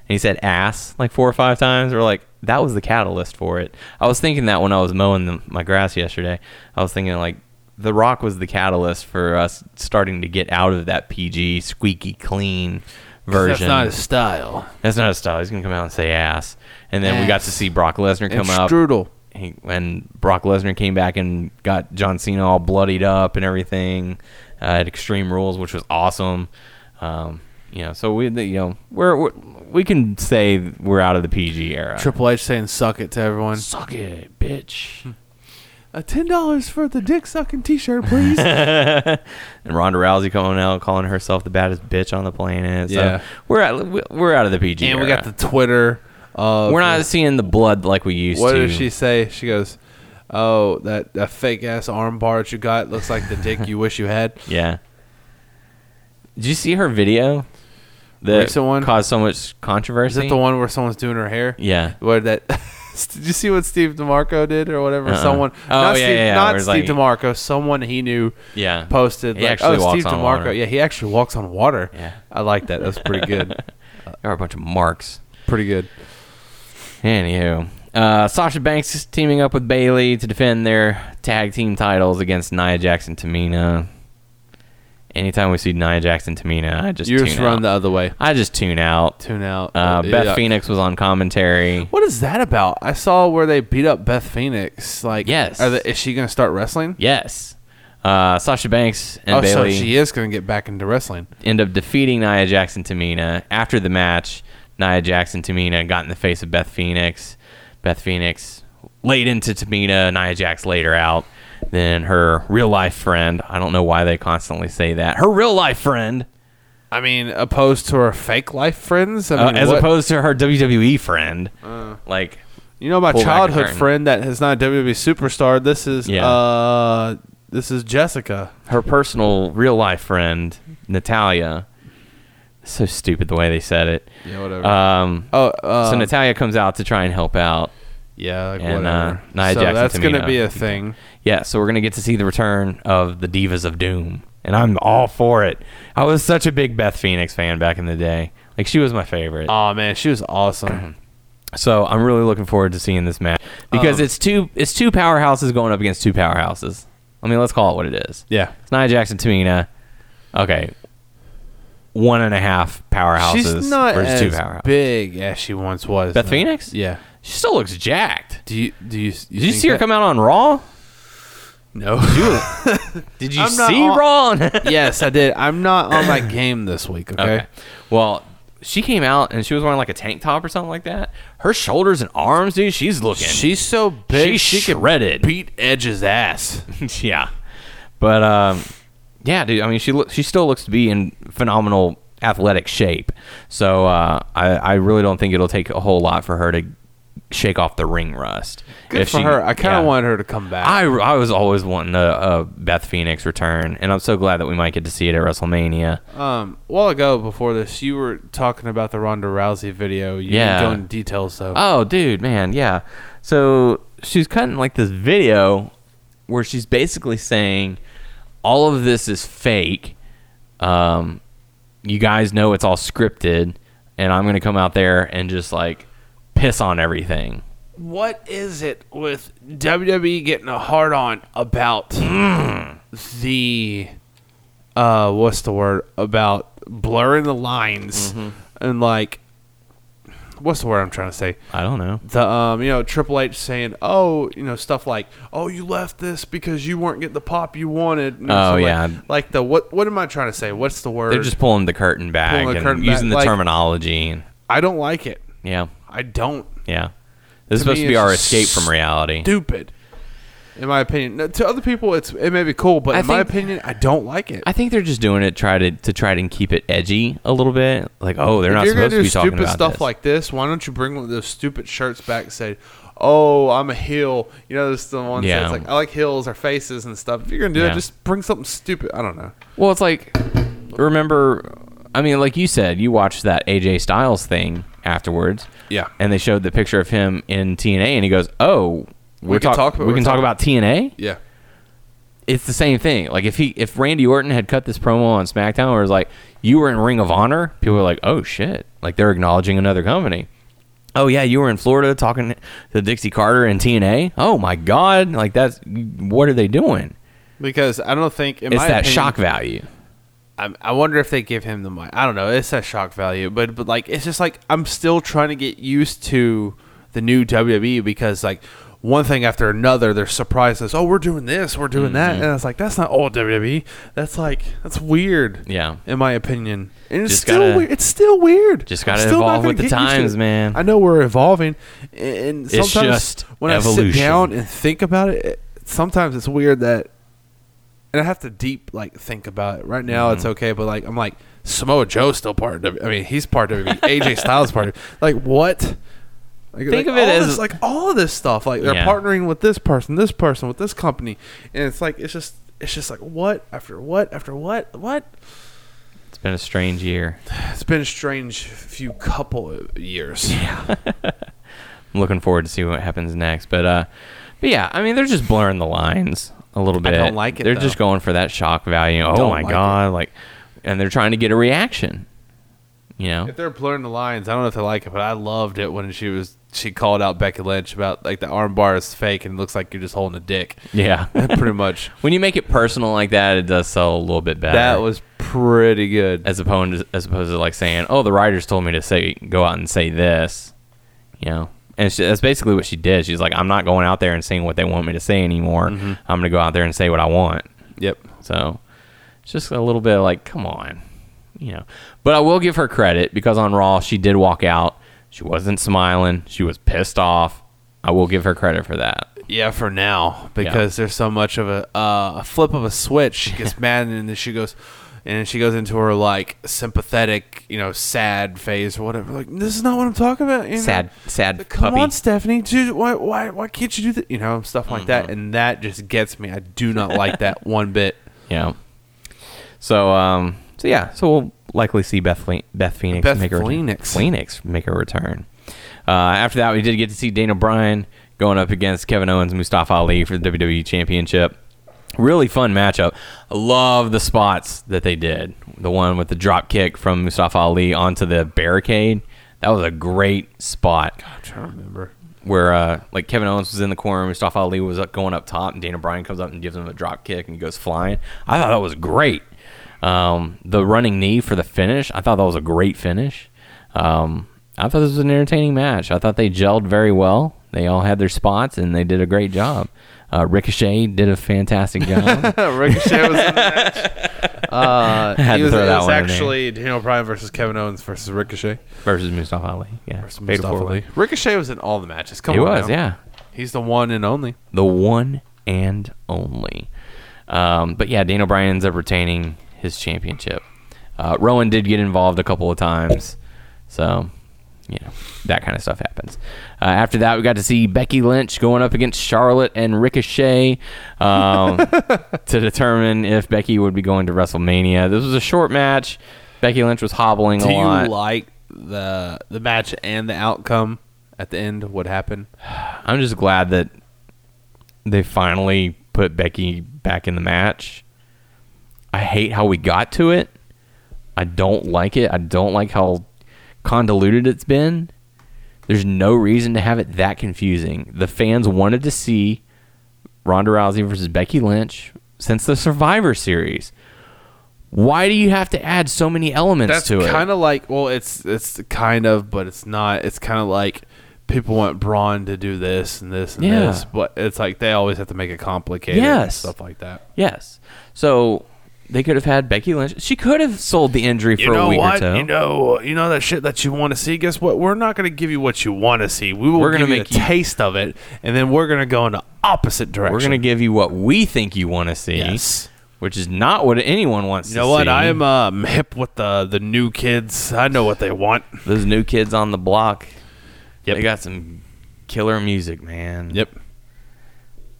he said ass like four or five times. We're like, that was the catalyst for it. I was thinking that when I was mowing the, my grass yesterday. I was thinking like. The Rock was the catalyst for us starting to get out of that PG squeaky clean That's version. not his style. That's not his style. He's gonna come out and say ass, and then we got to Ass. see Brock Lesnar And come up strudel. he, when Brock Lesnar came back and got John Cena all bloodied up and everything uh, at Extreme Rules, which was awesome. Um, you know, so we the- you know we're, we're we can say we're out of the PG era. Triple H saying "suck it" to everyone. Suck it, bitch. Uh, Ten dollars for the dick sucking <laughs> T-shirt, please. And Ronda Rousey coming out calling herself the baddest bitch on the planet. So Yeah. we're out, we- we're out of the PG. and we era. got the Twitter. Of we're not seeing the blood like we used What to. does she say? She goes, "Oh, that, that fake ass arm bar that you got looks like the dick you wish you had." Yeah. Did you see her video? That Recent one? caused so much Is controversy. that the one where someone's doing her hair? Yeah. Where that? <laughs> did you see what Steve DeMarco did or whatever? Uh-uh. Someone. Oh, not yeah, Steve, yeah, yeah, Not where it's Steve like- DeMarco. Someone he knew. Yeah. Posted. He like, actually oh, walks Steve on DeMarco. water. Yeah, he actually walks on water. Yeah. I like that. That's <laughs> pretty good. There are a bunch of marks. pretty good. Anywho, uh, Sasha Banks is teaming up with Bailey to defend their tag team titles against Nia Jax and Tamina. Anytime we see Nia Jax and Tamina, I just You tune just run out. the other way. I just tune out. Tune out. Uh, Beth Yeah. Phoenix was on commentary. What is that about? I saw where they beat up Beth Phoenix. Like, Yes. are they, is she going to start wrestling? Yes. Uh, Sasha Banks and oh, Bailey. so she is going to get back into wrestling. end up defeating Nia Jackson Tamina. After the match, Nia Jackson Tamina got in the face of Beth Phoenix. Beth Phoenix laid into Tamina. Nia Jax laid her out. Then her real life friend. I don't know why they constantly say that. Her real life friend, I mean, opposed to her fake life friends. I uh, mean, as what- opposed to her WWE friend. like, you know, my Pull back the childhood curtain. friend that is not a WWE superstar. This is Yeah. uh, this is Jessica. her personal real life friend, Natalia. So stupid the way they said it. Yeah, whatever. Um, oh, uh, so Natalia comes out to try and help out. yeah, like and, uh, whatever. Nia so Jax and that's Tamina. to be a thing. Yeah, so we're gonna get to see the return of the Divas of Doom, and I'm all for it. I was such a big Beth Phoenix fan back in the day; like she was my favorite. Oh man, she was <clears throat> awesome. So I'm really looking forward to seeing this match because Um, it's two it's two powerhouses going up against two powerhouses. I mean, let's call it what it is. yeah, It's Nia Jackson, Tamina. Okay, one and a half powerhouses she's not versus as two powerhouses. big as she once was. Beth though. Phoenix? Yeah. She still looks jacked. Do you do you? Did you think see her that- come out on Raw? <laughs> No. Did you I'm not see on- Ron? <laughs> yes, I did. I'm not on my game this week. Okay. Okay. Well, she came out and she was wearing like a tank top or something like that. Her shoulders and arms, dude, she's looking. She's so big. She's she could shredded. beat <laughs> Edge's ass. yeah. But um, yeah, dude. I mean, she loo- she still looks to be in phenomenal athletic shape. So uh, I I really don't think it'll take a whole lot for her to shake off the ring rust. Good If for she- her. I kind yeah. of wanted her to come back. I, I was always wanting a, a Beth Phoenix return, and I'm so glad that we might get to see it at WrestleMania. Um, a while ago before this, you were talking about the Ronda Rousey video. You Yeah. didn't go into details though. Oh, dude, man, yeah. So she's cutting like this video where she's basically saying all of this is fake. Um, you guys know it's all scripted, and I'm gonna come out there and just like piss on everything. what is it with WWE getting a hard on about Mm. the uh what's the word about blurring the lines and like what's the word I'm trying to say? I don't know. The um you know Triple H saying oh you know stuff like oh you left this because you weren't getting the pop you wanted. You know, Oh, so, like- yeah. like, the what what am I trying to say? What's the word? They're just pulling the curtain back Pulling the and curtain using back, the like- terminology. And, I don't like it. yeah, I don't. yeah. This is To me, supposed to be it's our just escape from reality. stupid. In my opinion, No, to other people, it's it may be cool, but I in my think- opinion, I don't like it. I think they're just doing it try to to try to keep it edgy a little bit. Like, oh, they're not if you're gonna supposed to do be talking stupid about stuff this. like this, why don't you bring one of those stupid shirts back? And say, "Oh, I'm a heel." You know, this the one Yeah. that's like, "I like heels or faces and stuff." If you're gonna do Yeah. it, just bring something stupid. I don't know. Well, it's like remember, I mean, like you said, you watched that AJ Styles thing afterwards. Yeah. And they showed the picture of him in TNA, and he goes, "Oh, we're can talk- talk about- we we're can talk talking- about TNA." Yeah, It's the same thing. Like if he if Randy Orton had cut this promo on SmackDown, where it was like, "You were in Ring of Honor," people were like, "Oh shit!" Like they're acknowledging another company. Oh yeah, you were in Florida talking to Dixie Carter and TNA. Oh my god! Like that's what are they doing? because I don't think in It's my that opinion, shock value. I, I wonder if they give him the mic. I don't know. It's that shock value, but but like it's just like I'm still trying to get used to the new WWE because like one thing after another, they're surprised us. Oh, we're doing this, we're doing that, and it's like that's not old WWE. That's like that's weird. Yeah. in my opinion, and it's Just still gotta- weird. It's still weird. just I'm gotta still not evolve gonna with the get used to times, it. man. I know we're evolving, and and It's sometimes just when I evolution. sit down and think about it, it, sometimes it's weird that and I have to deep like think about it. Right now, Mm-hmm. it's okay, but like I'm like Samoa Joe's still part of. W- I mean, he's part <laughs> of WWE. AJ Styles part of. Like what? Like, Think like, of it all as- this- like all of this stuff. Like they're Yeah. partnering with this person, this person, with this company, and it's like it's just it's just like what after what after what what. It's been a strange year. It's been a strange few couple of years. I'm looking forward to see what happens next. But uh, but yeah, I mean, they're just blurring the lines a little I bit. don't like it, They're just though. going for that shock value. Oh Don't my like god! Like, and they're trying to get a reaction. You know, If they're blurring the lines, I don't know if they like it, but I loved it when she was she called out Becky Lynch about like the arm bar is fake and it looks like you're just holding a <laughs> dick. yeah. <laughs> Pretty much. when you make it personal like that, it does sell a little bit better. <laughs> That was pretty good. as opposed to, as opposed to like saying, "Oh, the writers told me to say go out and say this," you know. And she, that's basically what she did. She's like, "I'm not going out there and saying what they want me to say anymore. Mm-hmm. I'm going to go out there and say what I want." Yep. So it's just a little bit like, come on, you know. But I will give her credit because on Raw she did walk out. She wasn't smiling. She was pissed off. I will give her credit for that. Yeah, for now because there's so much of a uh, a flip of a switch. She <laughs> gets mad and then she goes and she goes into her like sympathetic, you know, sad phase or whatever. Like this is not what I'm talking about. you know? Sad, sad Come puppy. on, Stephanie. Dude, why, why, why can't you do that? You know, stuff like Mm-hmm. that. And that just gets me. I do not <laughs> like that one bit. Yeah. So um, so yeah, so we'll likely see Beth Le- Beth Phoenix Beth make her Phoenix. Phoenix make a return. Uh, after that, we did get to see Dana Bryan going up against Kevin Owens and Mustafa Ali for the WWE Championship. Really fun matchup. I love the spots that they did. The one with the drop kick from Mustafa Ali onto the barricade. That was a great spot I'm trying to <laughs> remember. where uh, like Kevin Owens was in the corner, Mustafa Ali was up, going up top, and Dana Bryan comes up and gives him a drop kick and he goes flying. I thought that was great. Um, the running knee for the finish, I thought that was a great finish. Um, I thought this was an entertaining match. I thought they gelled very well. They all had their spots and they did a great job. Uh, Ricochet did a fantastic <laughs> job. Oh, Ricochet was in <laughs> the match. <laughs> Uh, Had to he was, throw it that was one in there. actually Daniel Bryan versus Kevin Owens versus Ricochet. versus Mustafa Ali. Yeah. Versus Fatal Mustafa four-way. Ali. Ricochet was in all the matches. Come He on, was, now. yeah. He's the one and only. the one and only. Um, but yeah, Daniel Bryan ends up retaining his championship. Uh, Rowan did get involved a couple of times, so you know that kind of stuff happens. Uh, after that, we got to see Becky Lynch going up against Charlotte and Ricochet <laughs> um, to determine if Becky would be going to WrestleMania. This was a short match. Becky Lynch was hobbling Do a you lot. like the the match and the outcome at the end? What happened? I'm just glad that they finally put Becky back in the match. I hate how we got to it. I don't like it. I don't like how convoluted it's been. There's no reason to have it that confusing. The fans wanted to see Ronda Rousey versus Becky Lynch since the Survivor Series. Why do you have to add so many elements That's to it? kind of like well, it's it's kind of, but it's not. It's kind of like people want Braun to do this and this and Yeah. this, but it's like they always have to make it complicated. and Yes. stuff like that. Yes. So they could have had Becky Lynch. She could have sold the injury for you know a week what? or two. You know, you know that shit that you want to see. Guess what? We're not going to give you what you want to see. We will We're going gonna to make a you- taste of it, and then we're going to go in the opposite direction. We're going to give you what we think you want to see, Yes. which is not what anyone wants You to see. know what? I am um, hip with the the new kids. I know what they want. Those new kids on the block, Yep. they got some killer music, man.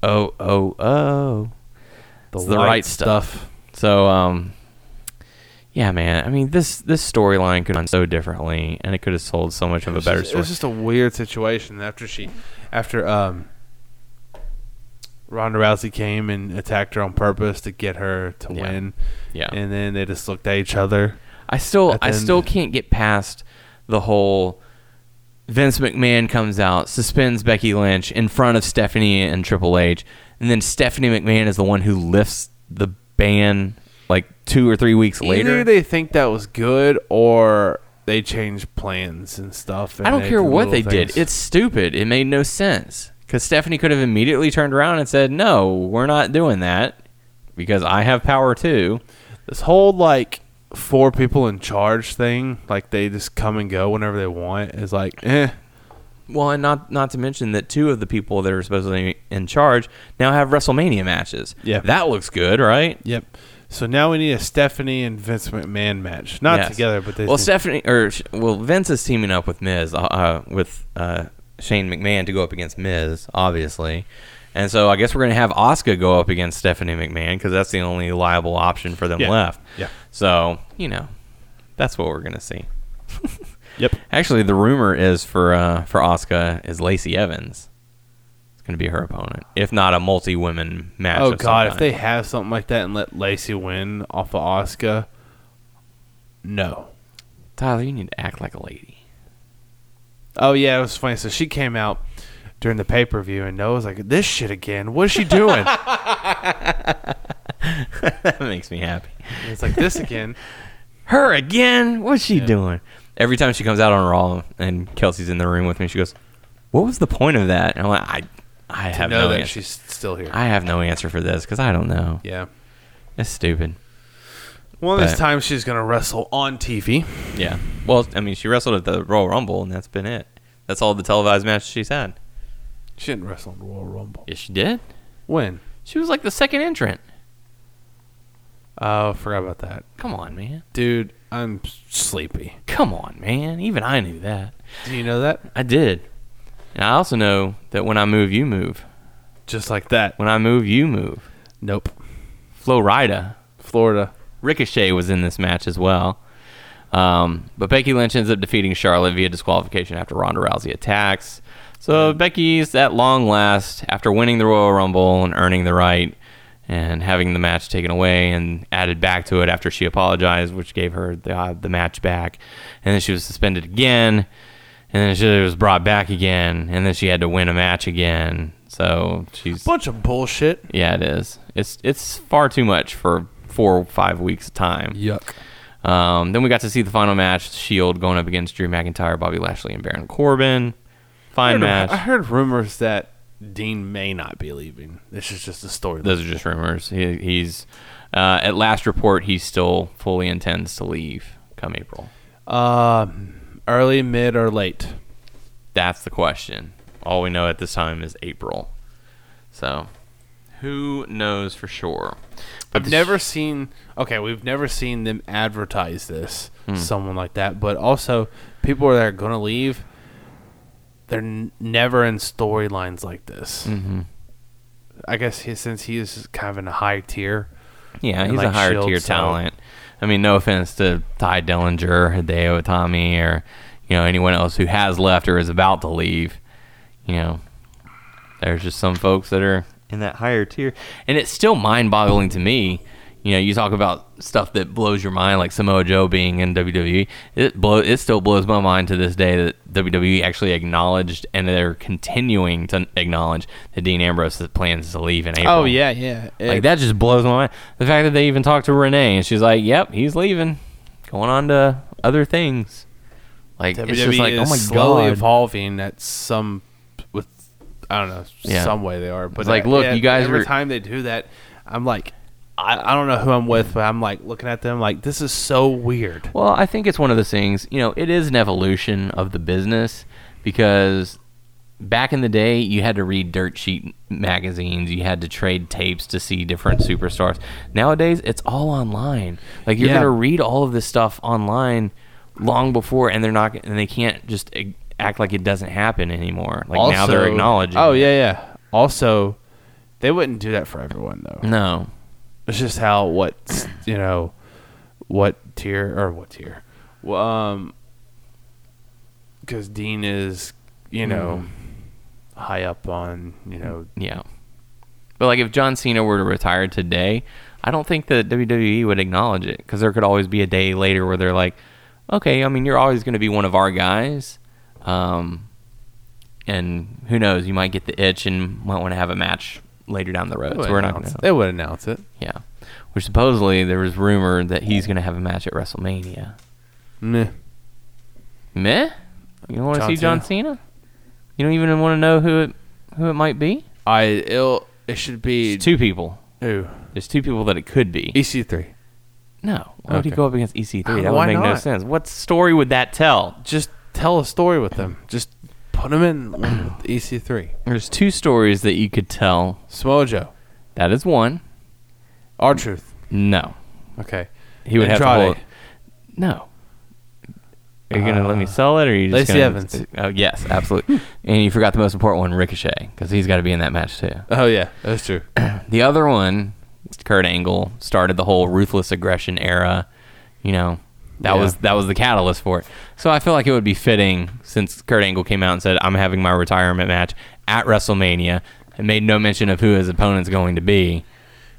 Oh, oh, oh. The, It's the right stuff. So, um, yeah, man. I mean, this this storyline could have done so differently, and it could have sold so much of a It's better just- story. It's just a weird situation after she, after um, Ronda Rousey came and attacked her on purpose to get her to Yeah. win. Yeah. And then they just looked at each other. I still at the I end. still can't get past the whole Vince McMahon comes out, suspends Becky Lynch in front of Stephanie and Triple H, and then Stephanie McMahon is the one who lifts the ban like two or three weeks Either later. they think that was good or they changed plans and stuff. and I don't they care did what they little did. things. It's stupid. It made no sense. Because Stephanie could have immediately turned around and said, No, we're not doing that because I have power too. this whole like four people in charge thing. Like they just come and go whenever they want. Is like eh. Well, and not not to mention that two of the people that are supposedly in charge now have WrestleMania matches. Yeah. that looks good, right? Yep. So now we need a Stephanie and Vince McMahon match. Not Yes. together, but they well, Stephanie or sh- well, Vince is teaming up with Miz, uh, uh, with uh, Shane McMahon to go up against Miz, obviously, and so I guess we're gonna have Oscar go up against Stephanie McMahon because that's the only liable option for them Yeah. left. Yeah. So you know, that's what we're gonna see. <laughs> Yep. Actually, the rumor is for uh, for Oscar is Lacey Evans. It's going to be her opponent, if not a multi women match. of Oh some God! If kind. they have something like that and let Lacey win off of Oscar, no. Tyler, you need to act like a lady. <laughs> Oh yeah, it was funny. So she came out during the pay per view, and Noah was like, "This shit again? What is she <laughs> doing?" that makes me happy. And it's like this again. Her again? What's she doing? Every time she comes out on Raw and Kelsey's in the room with me, she goes, "What was the point of that?" And I'm like, "I, I I <laughs> have know no that answer. she's still here. I have no answer for this because I don't know. yeah. It's stupid." One of these But- times she's gonna wrestle on TV. Yeah. Well, I mean, she wrestled at the Royal Rumble, and that's been it. That's all the televised matches she's had. She didn't wrestle in the Royal Rumble. Yes, she did. When? She was like the second entrant. Oh, forgot about that, Come on, man. dude. I'm sleepy. Come on, man. Even I knew that. Do you know that? I did. And I also know that when I move, you move. Just like that. When I move, you move. Nope. Flo Rida. Florida. Ricochet was in this match as well. Um, but Becky Lynch ends up defeating Charlotte via disqualification after Ronda Rousey attacks. So Becky's at long last, after winning the Royal Rumble and earning the right and having the match taken away and added back to it after she apologized, which gave her the, uh, the match back. And then she was suspended again. And then she was brought back again. And then she had to win a match again. So she's. Bunch of bullshit. Yeah, it is. It's it's far too much for four or five weeks of time. Yuck. E Um, then we got to see the final match: Shield going up against Drew McIntyre, Bobby Lashley, and Baron Corbin. I Fine heard- match. I heard rumors that Dean may not be leaving. This is just a story. Those are just rumors. He, he's uh, at last report. He still fully intends to leave come April. Um, early, mid, or late. That's the question. All we know at this time is April. So, who knows for sure? I've the never seen. Okay, we've never seen them advertise this, someone like that. But also, people that are going to leave, they're n- never in storylines like this. Mm-hmm. I guess he, since he is kind of in a high tier, Yeah, And, he's a like, higher Shield, tier so- talent. I mean, no offense to Ty Dillinger, Hideo Itami, or you know anyone else who has left or is about to leave. You know, there's just some folks that are in that higher tier, and it's still mind-boggling to me. You know, you talk about stuff that blows your mind, like Samoa Joe being in WWE. It blow, it still blows my mind to this day that WWE actually acknowledged and they're continuing to acknowledge that Dean Ambrose plans to leave in April. Oh yeah, yeah. Like that. that just blows my mind. The fact that they even talked to Renee and she's like, "Yep, he's leaving, going on to other things." Like WWE it's just like, E is oh my slowly god. evolving at some with I don't know Yeah. some way they are. But It's like, look, you guys Every are- time they do that, I'm like, I, I don't know who I'm with, but I'm like looking at them like this is so weird. Well, I think it's one of those things. You know, it is an evolution of the business because back in the day, you had to read dirt sheet magazines, you had to trade tapes to see different superstars. Nowadays, it's all online. Like you're Yeah. gonna read all of this stuff online long before, and they're not, and they can't just ag- act like it doesn't happen anymore. Like now they're acknowledging. Oh yeah, yeah. Also, they wouldn't do that for everyone though. No. It's just how what you know, what tier or what tier, Well, um, because Dean is you know Hmm. high up on you know Yeah. But like if John Cena were to retire today, I don't think that WWE would acknowledge it because there could always be a day later where they're like, okay, I mean, you're always going to be one of our guys. Um, and who knows, you might get the itch and might want to have a match later down the road. So They would we're not going announce- to. They would announce it. Yeah. Which supposedly there was rumor that he's going to have a match at WrestleMania. Meh. Meh? You don't want to John see John Cena? You don't even want to know who it, who it might be? I it'll it should be It's two people. two. There's two people that it could be. EC three. No. Why would he Okay. go up against EC3? Uh, That would why make no not? sense. What story would that tell? Just tell a story with them. Just put them in one with EC three. There's two stories that you could tell. Smojo. That is one. R Truth. No. Okay. He would have to Andrade. hold. No. Are you gonna let me sell it, or are you just Lacey gonna, Evans. Oh yes, absolutely. and you forgot the most important one, Ricochet, because he's got to be in that match too. Oh yeah, that's true. The other one, Kurt Angle, started the whole ruthless aggression era. You know, that Yeah. was that was the catalyst for it. So I feel like it would be fitting since Kurt Angle came out and said, "I'm having my retirement match at WrestleMania," and made no mention of who his opponent's going to be.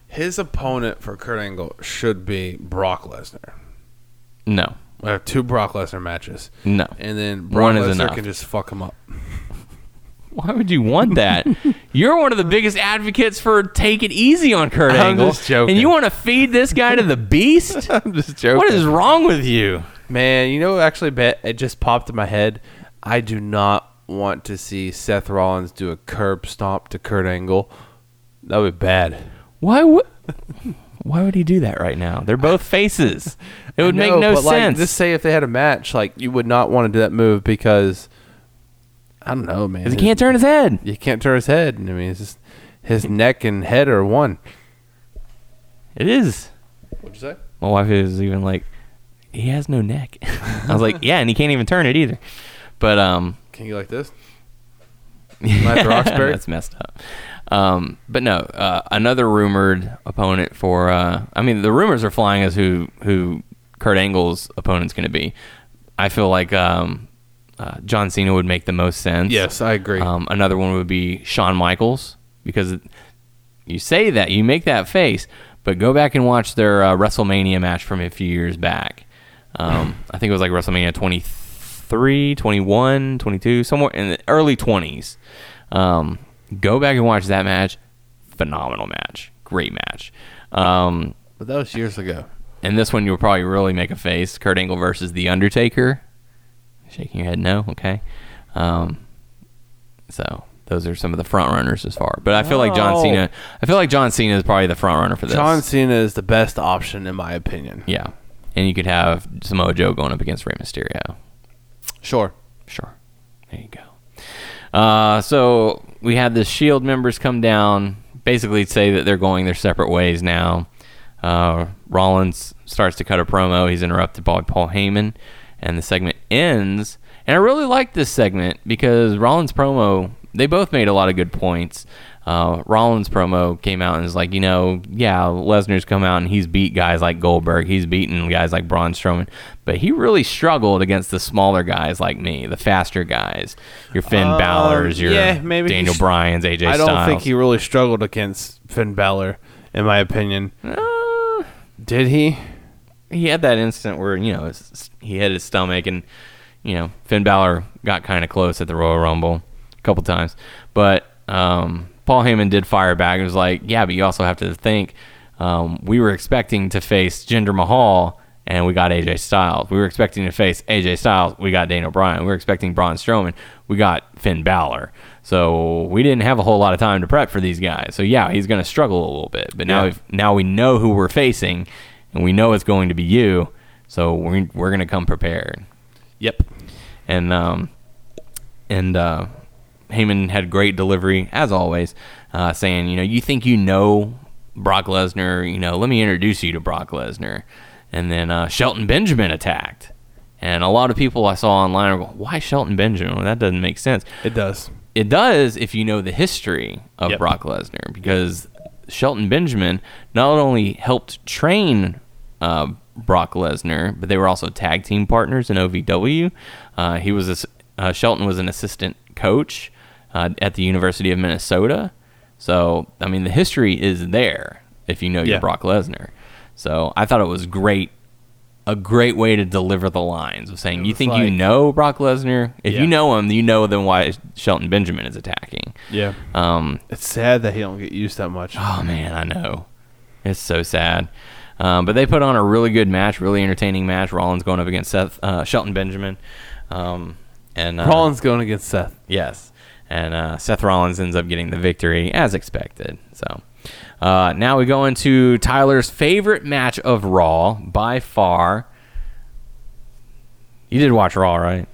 His opponent for Kurt Angle should be Brock Lesnar. No, We have two Brock Lesnar matches, no. and then One Brock is Lesnar enough. can just fuck him up. Why would you want <laughs> that? You're one of the biggest advocates for take it easy on Kurt I'm Angle, just joking. and you want to feed this guy to the beast? <laughs> I'm <laughs> just joking. What is wrong with you? Man, you know, actually, bet it just popped in my head. I do not want to see Seth Rollins do a curb stomp to Kurt Angle. That would be bad. Why would Why would he do that right now? They're both faces. It would make no but Like, sense. just say if they had a match, like you would not want to do that move because I don't know, man. 'Cause he can't turn his head. You can't turn his head. I mean, it's just his neck and head are one. It is. What'd you say? My wife is even like, he has no neck. <laughs> I was like, yeah, and he can't even turn it either. But um, <laughs> Can you like <laughs> this? Matt Roxbury? that's messed up. Um, but no, uh, another rumored opponent for. Uh, I mean, the rumors are flying as who who Kurt Angle's opponent's going to be. I feel like um, uh, John Cena would make the most sense. <laughs> Yes, I agree. Um, another one would be Shawn Michaels because you say that you make that face, but go back and watch their uh, WrestleMania match from a few years back. Um, I think it was like WrestleMania 23, 21, 22, somewhere in the early 20s. Um, go back and watch that match. Phenomenal match. Great match. Um, but that was years ago. and this one you'll probably really make a face. Kurt Angle versus The Undertaker. Shaking your head no, okay. Um, So those are some of the front runners as far. But I feel like John Cena. I feel like John Cena is probably the front runner for this. John Cena is the best option in my opinion. yeah, and you could have Samoa Joe going up against Rey Mysterio. Sure. Sure. There you go. Uh, so we had the Shield E members come down, basically say that they're going their separate ways now. Uh, Rollins starts to cut a promo. He's interrupted by Paul Heyman, and the segment ends. And I really like this segment because Rollins' promo, they both made a lot of good points. Uh, Rollins' promo came out and was like, you know, yeah, Lesnar's come out and he's beat guys like Goldberg. He's beaten guys like Braun Strowman, but he really struggled against the smaller guys like me, the faster guys. Your Finn Balor's, your Uh, yeah, maybe he Daniel sh- Bryan's, AJ I Styles. don't think he really struggled against Finn Balor, in my opinion. Uh, Did he? he had that instant where you know his, he hit his stomach, and you know Finn Balor got kind of close at the Royal Rumble a couple times, but um, Paul Heyman did fire back and was like, "Yeah, but you also have to think um, we were expecting to face Jinder Mahal." And we got AJ Styles. We were expecting to face AJ Styles. We got Daniel Bryan. We were expecting Braun Strowman. We got Finn Balor. So we didn't have a whole lot of time to prep for these guys. So yeah, he's going to struggle a little bit. But now, Yeah. we've now we know who we're facing, and we know it's going to be you. So we're we're gonna come prepared. Yep. And um, and uh, Heyman had great delivery as always, uh, saying, you know, you think you know Brock Lesnar, you know, let me introduce you to Brock Lesnar. And then uh, Shelton Benjamin attacked, and a lot of people I saw online were going, why Shelton Benjamin? Well, that doesn't make sense It does. it does if you know the history of Yep. Brock Lesnar because Shelton Benjamin not only helped train uh, Brock Lesnar, but they were also tag team partners in OVW. Uh, he was a s uh, Shelton was an assistant coach uh, at the University of Minnesota. So I mean, the history is there if you know your Yeah. Brock Lesnar. So I thought it was great. A great way to deliver the lines of saying, "You was think you like- know Brock Lesnar? If Yeah. you know him, you know then why Shelton Benjamin is attacking. Yeah. Um, It's sad that he don't get used that much. oh man, I know. It's so sad. Um, but they put on a really good match, really entertaining match. Rollins going up against Seth uh, Shelton Benjamin, um, and uh, Rollins going against Seth. Yes. And uh, Seth Rollins ends up getting the victory as expected. So uh, now we go into Tyler's favorite match of Raw by far. You did watch Raw, right?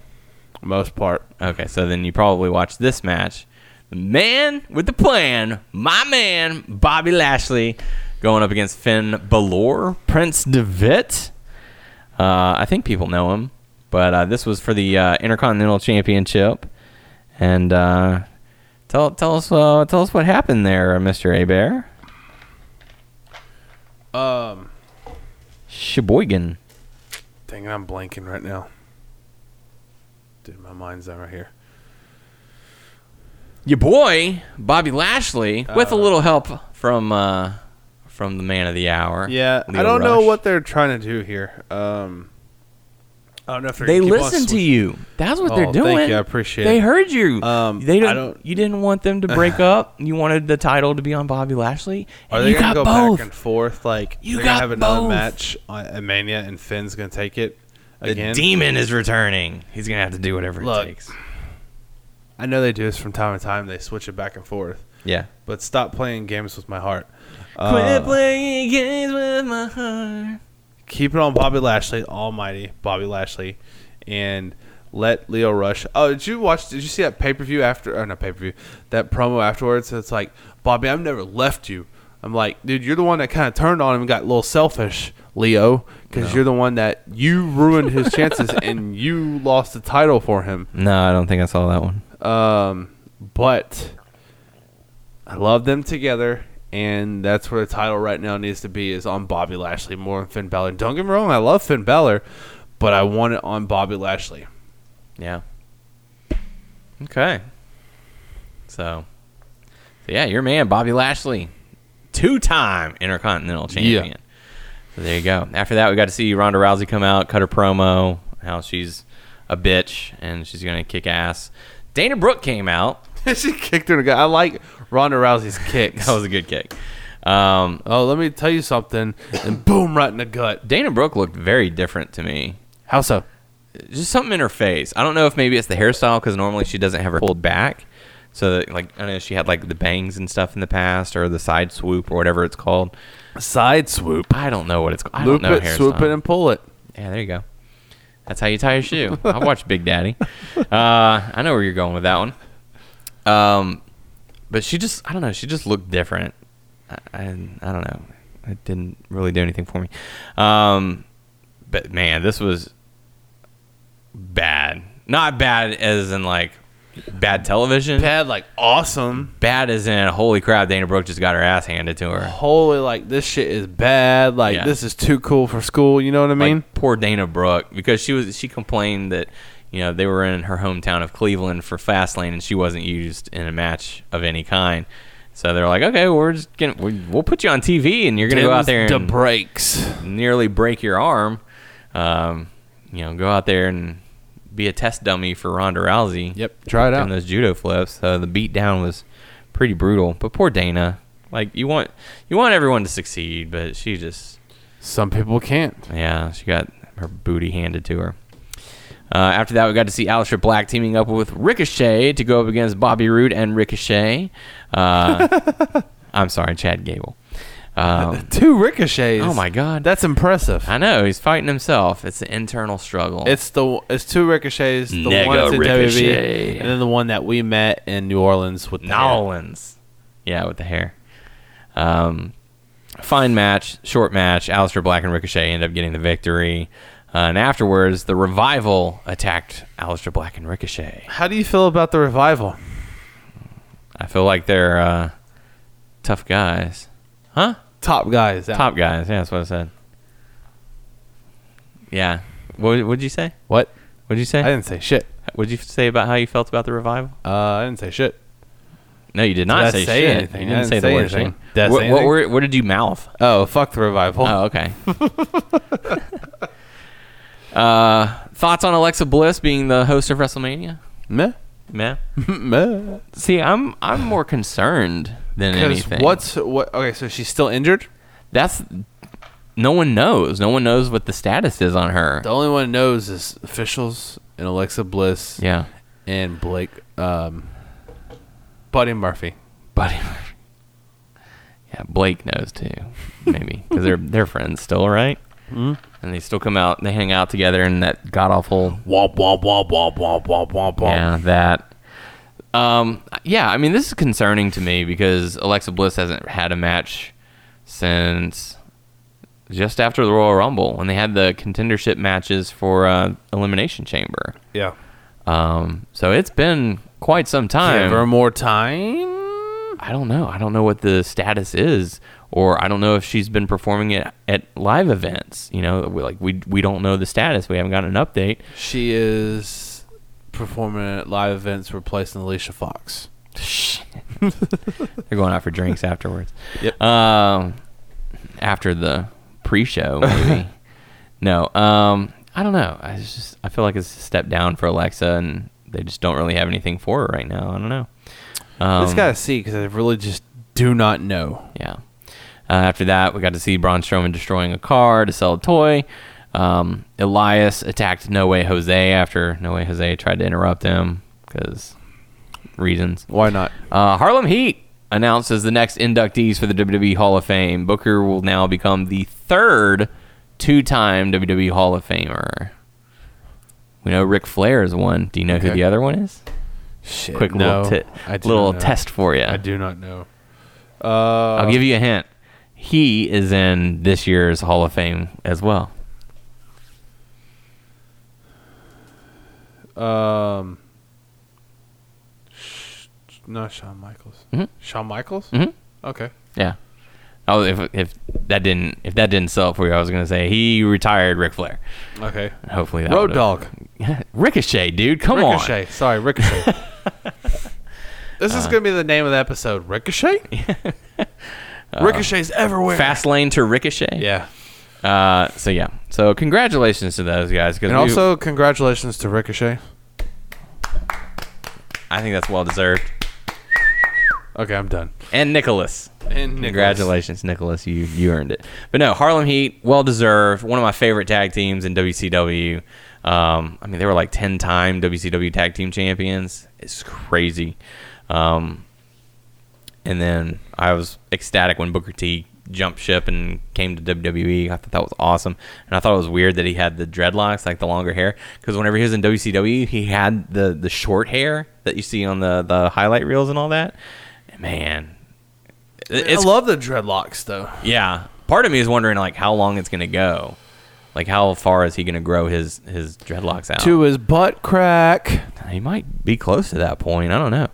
Most part. Okay, so then you probably watched this match. The man with the plan, my man, Bobby Lashley, going up against Finn Balor, Prince DeVitt. Uh, I think people know him, but uh, this was for the uh, Intercontinental Championship. And uh, tell tell us uh, tell us what happened there, uh, Mister Abear. Um, Sheboygan. Dang it, I'm blanking right now. Dude, my mind's not right here. your boy Bobby Lashley, Uh, with a little help from uh, from the man of the hour. <laughs> Yeah, Leo I don't know Rush. what they're trying to do here. Um, I don't know if they're they gonna keep on listen to switch- you. That's what Oh, they're thank you, doing. I appreciate They it. heard you. Um, they don't, I don't- You didn't want them to <laughs> break up. You wanted the title to be on Bobby Lashley. Are and they you got gonna go both. back and forth? Like You they're gonna got have another both. match on- at Mania, and Finn's gonna take it the again. demon is returning. He's gonna have to do whatever Look. it takes. I know they do this from time to time. They switch it back and forth. Yeah. But stop playing games with my heart. Quit Uh, playing games with my heart. keep it on Bobby Lashley, Almighty Bobby Lashley, and let Leo Rush. Oh, did you watch? Did you see that pay per view after? Or not pay per view. That promo afterwards. It's like Bobby, I've never left you. I'm like, dude, you're the one that kind of turned on him and got a little selfish, Leo, because you're the one that you ruined his chances and you lost the title for him. No, I don't think I saw that one. Um, but I love them together, and that's where the title right now needs to be is on Bobby Lashley more than Finn Balor. Don't get me wrong, I love Finn Balor, but I want it on Bobby Lashley. <laughs> Yeah. Okay. So, so yeah, your man Bobby Lashley, two-time Intercontinental Champion. So there you go. After that, we got to see Ronda Rousey come out, cut her promo, how she's a bitch and she's gonna kick ass. Dana Brooke came out. <laughs> she kicked her in the gut. I like Ronda <laughs> Rousey's kicks. That was a good kick. Um, oh, let me tell you something, and boom, right in the gut. Dana Brooke looked very different to me. How so? just something in her face. I don't know if maybe it's the hairstyle because normally she doesn't have her pulled back, So that, like I know she had like the bangs and stuff in the past, or the side swoop, or whatever it's called. Side swoop. I don't know what it's called. I Loop don't know it, hairstyle. swoop it, and pull it. Yeah, there you go. That's how you tie your shoe. I watch Big Daddy. Uh, I know where you're going with that one. Um, but she just, I don't know, she just looked different. I, I, I don't know. It didn't really do anything for me. Um, but man, this was bad. Not bad as in like bad television. Bad, like awesome. Bad as in holy crap, Dana Brooke just got her ass handed to her. Holy, like this shit is bad. Like Yeah. this is too cool for school. You know what I mean? like, poor Dana Brooke because she was she complained that you know they were in her hometown of Cleveland for Fastlane and she wasn't used in a match of any kind. So they're like, okay, we're just gonna we- we'll put you on TV and you're gonna go out there the and breaks. nearly break your arm. Um, you know, go out there and be a test dummy for Ronda Rousey. Yep, try it out. Doing those judo flips. So the beat down was pretty brutal. But poor Dana. Like you want you want everyone to succeed, but she just Some people can't. yeah, she got her booty handed to her. Uh, after that, we got to see Aleister Black teaming up with Ricochet to go up against Bobby Roode and Ricochet. Uh, <laughs> I'm sorry, Chad Gable. Um, Two ricochets. oh my God, that's impressive. I know he's fighting himself. It's an internal struggle. It's the it's two ricochets. The one Nega that's in Ricochet. WWE, and then the one that we met in New Orleans with the hair. Nolans. Yeah, with the hair. Um, fine match, short match. Aleister Black and Ricochet end up getting the victory. Uh, and afterwards, the revival attacked Aleister Black and Ricochet. How do you feel about the revival? I feel like they're uh, tough guys. Huh? Top guys. out. Top guys. Yeah, that's what I said. Yeah. What would you say? What? What'd you say? I didn't say shit. What'd you say about how you felt about the revival? Uh, I didn't say shit. No, you did not I say, say shit. anything? You I didn't, didn't say, say the word anything. shit. Did I What, say what, anything? were, what did you mouth? Oh, fuck the revival. Oh, <laughs> okay. uh, thoughts on Alexa Bliss being the host of WrestleMania? <laughs> Meh. <laughs> Man, Meh. see, I'm I'm more concerned than Because anything. what's what? Okay, so she's still injured. that's no one knows. No one knows what the status is on her. The only one who knows is officials and Alexa Bliss Yeah. and Blake, um, Buddy Murphy. Buddy. Murphy. Yeah, Blake knows too, maybe because they're they're friends still, right? Mm-hmm. And they still come out, they hang out together in that god awful. Womp womp womp womp womp womp womp womp. Yeah, that. Um, yeah, I mean, this is concerning to me because Alexa Bliss hasn't had a match since just after the Royal Rumble when they had the contendership matches for uh, Elimination Chamber. Yeah. Um, so it's been quite some time. Give her more time. I don't know. I don't know what the status is, or I don't know if she's been performing it at live events. You know, we, like we we don't know the status. We haven't gotten an update. She is performing at live events replacing Alicia Fox. <laughs> They're going out for drinks afterwards. Yep. Um, after the pre-show, maybe. no. Um, I don't know. I just I feel like it's a step down for Alexa, and they just don't really have anything for her right now. I don't know. Um, Just gotta see because I really just do not know. Yeah. Uh, after that, we got to see Braun Strowman destroying a car to sell a toy. Um, Elias attacked No Way Jose after No Way Jose tried to interrupt him because reasons. Why not? Uh, Harlem Heat announces the next inductees for the WWE Hall of Fame. Booker will now become the third two-time WWE Hall of Famer. We know Ric Flair is one. Do you know who Okay. the other one is? Shit, Quick no, little, I ti- do little not know. test for you. I do not know. Uh, I'll give you a hint. He is in this year's Hall of Fame as well. Um, sh- not Shawn Michaels. Mhm. Shawn Michaels. Mhm. Okay. Yeah. Oh, if if that didn't if that didn't sell for you, I was gonna say he retired Ric Flair. Okay. Hopefully that Road would've- Dog. <laughs> Ricochet, dude, come Ricochet. Sorry, Ricochet. this is gonna be the name of the episode. Ricochet. Ricochet's everywhere. on. Fast lane to Ricochet. Yeah. Uh, so yeah. So congratulations to those guys. 'cause And we- also, congratulations to Ricochet. I think that's well deserved. Okay, I'm done. And Nicholas. And Nicholas. Congratulations, Nicholas. You you earned it. But no, Harlem Heat, well deserved. One of my favorite tag teams in WCW. Um, I mean, they were like ten time WCW tag team champions. It's crazy. Um, and then I was ecstatic when Booker T jumped ship and came to WWE. I thought that was awesome, and I thought it was weird that he had the dreadlocks, like the longer hair, because whenever he was in WCW, he had the the short hair that you see on the the highlight reels and all that. And man, it- it's I love the dreadlocks though. yeah. Part of me is wondering like how long it's gonna go. Like how far is he gonna grow his his dreadlocks out? To his butt crack. He might be close to that point. I don't know.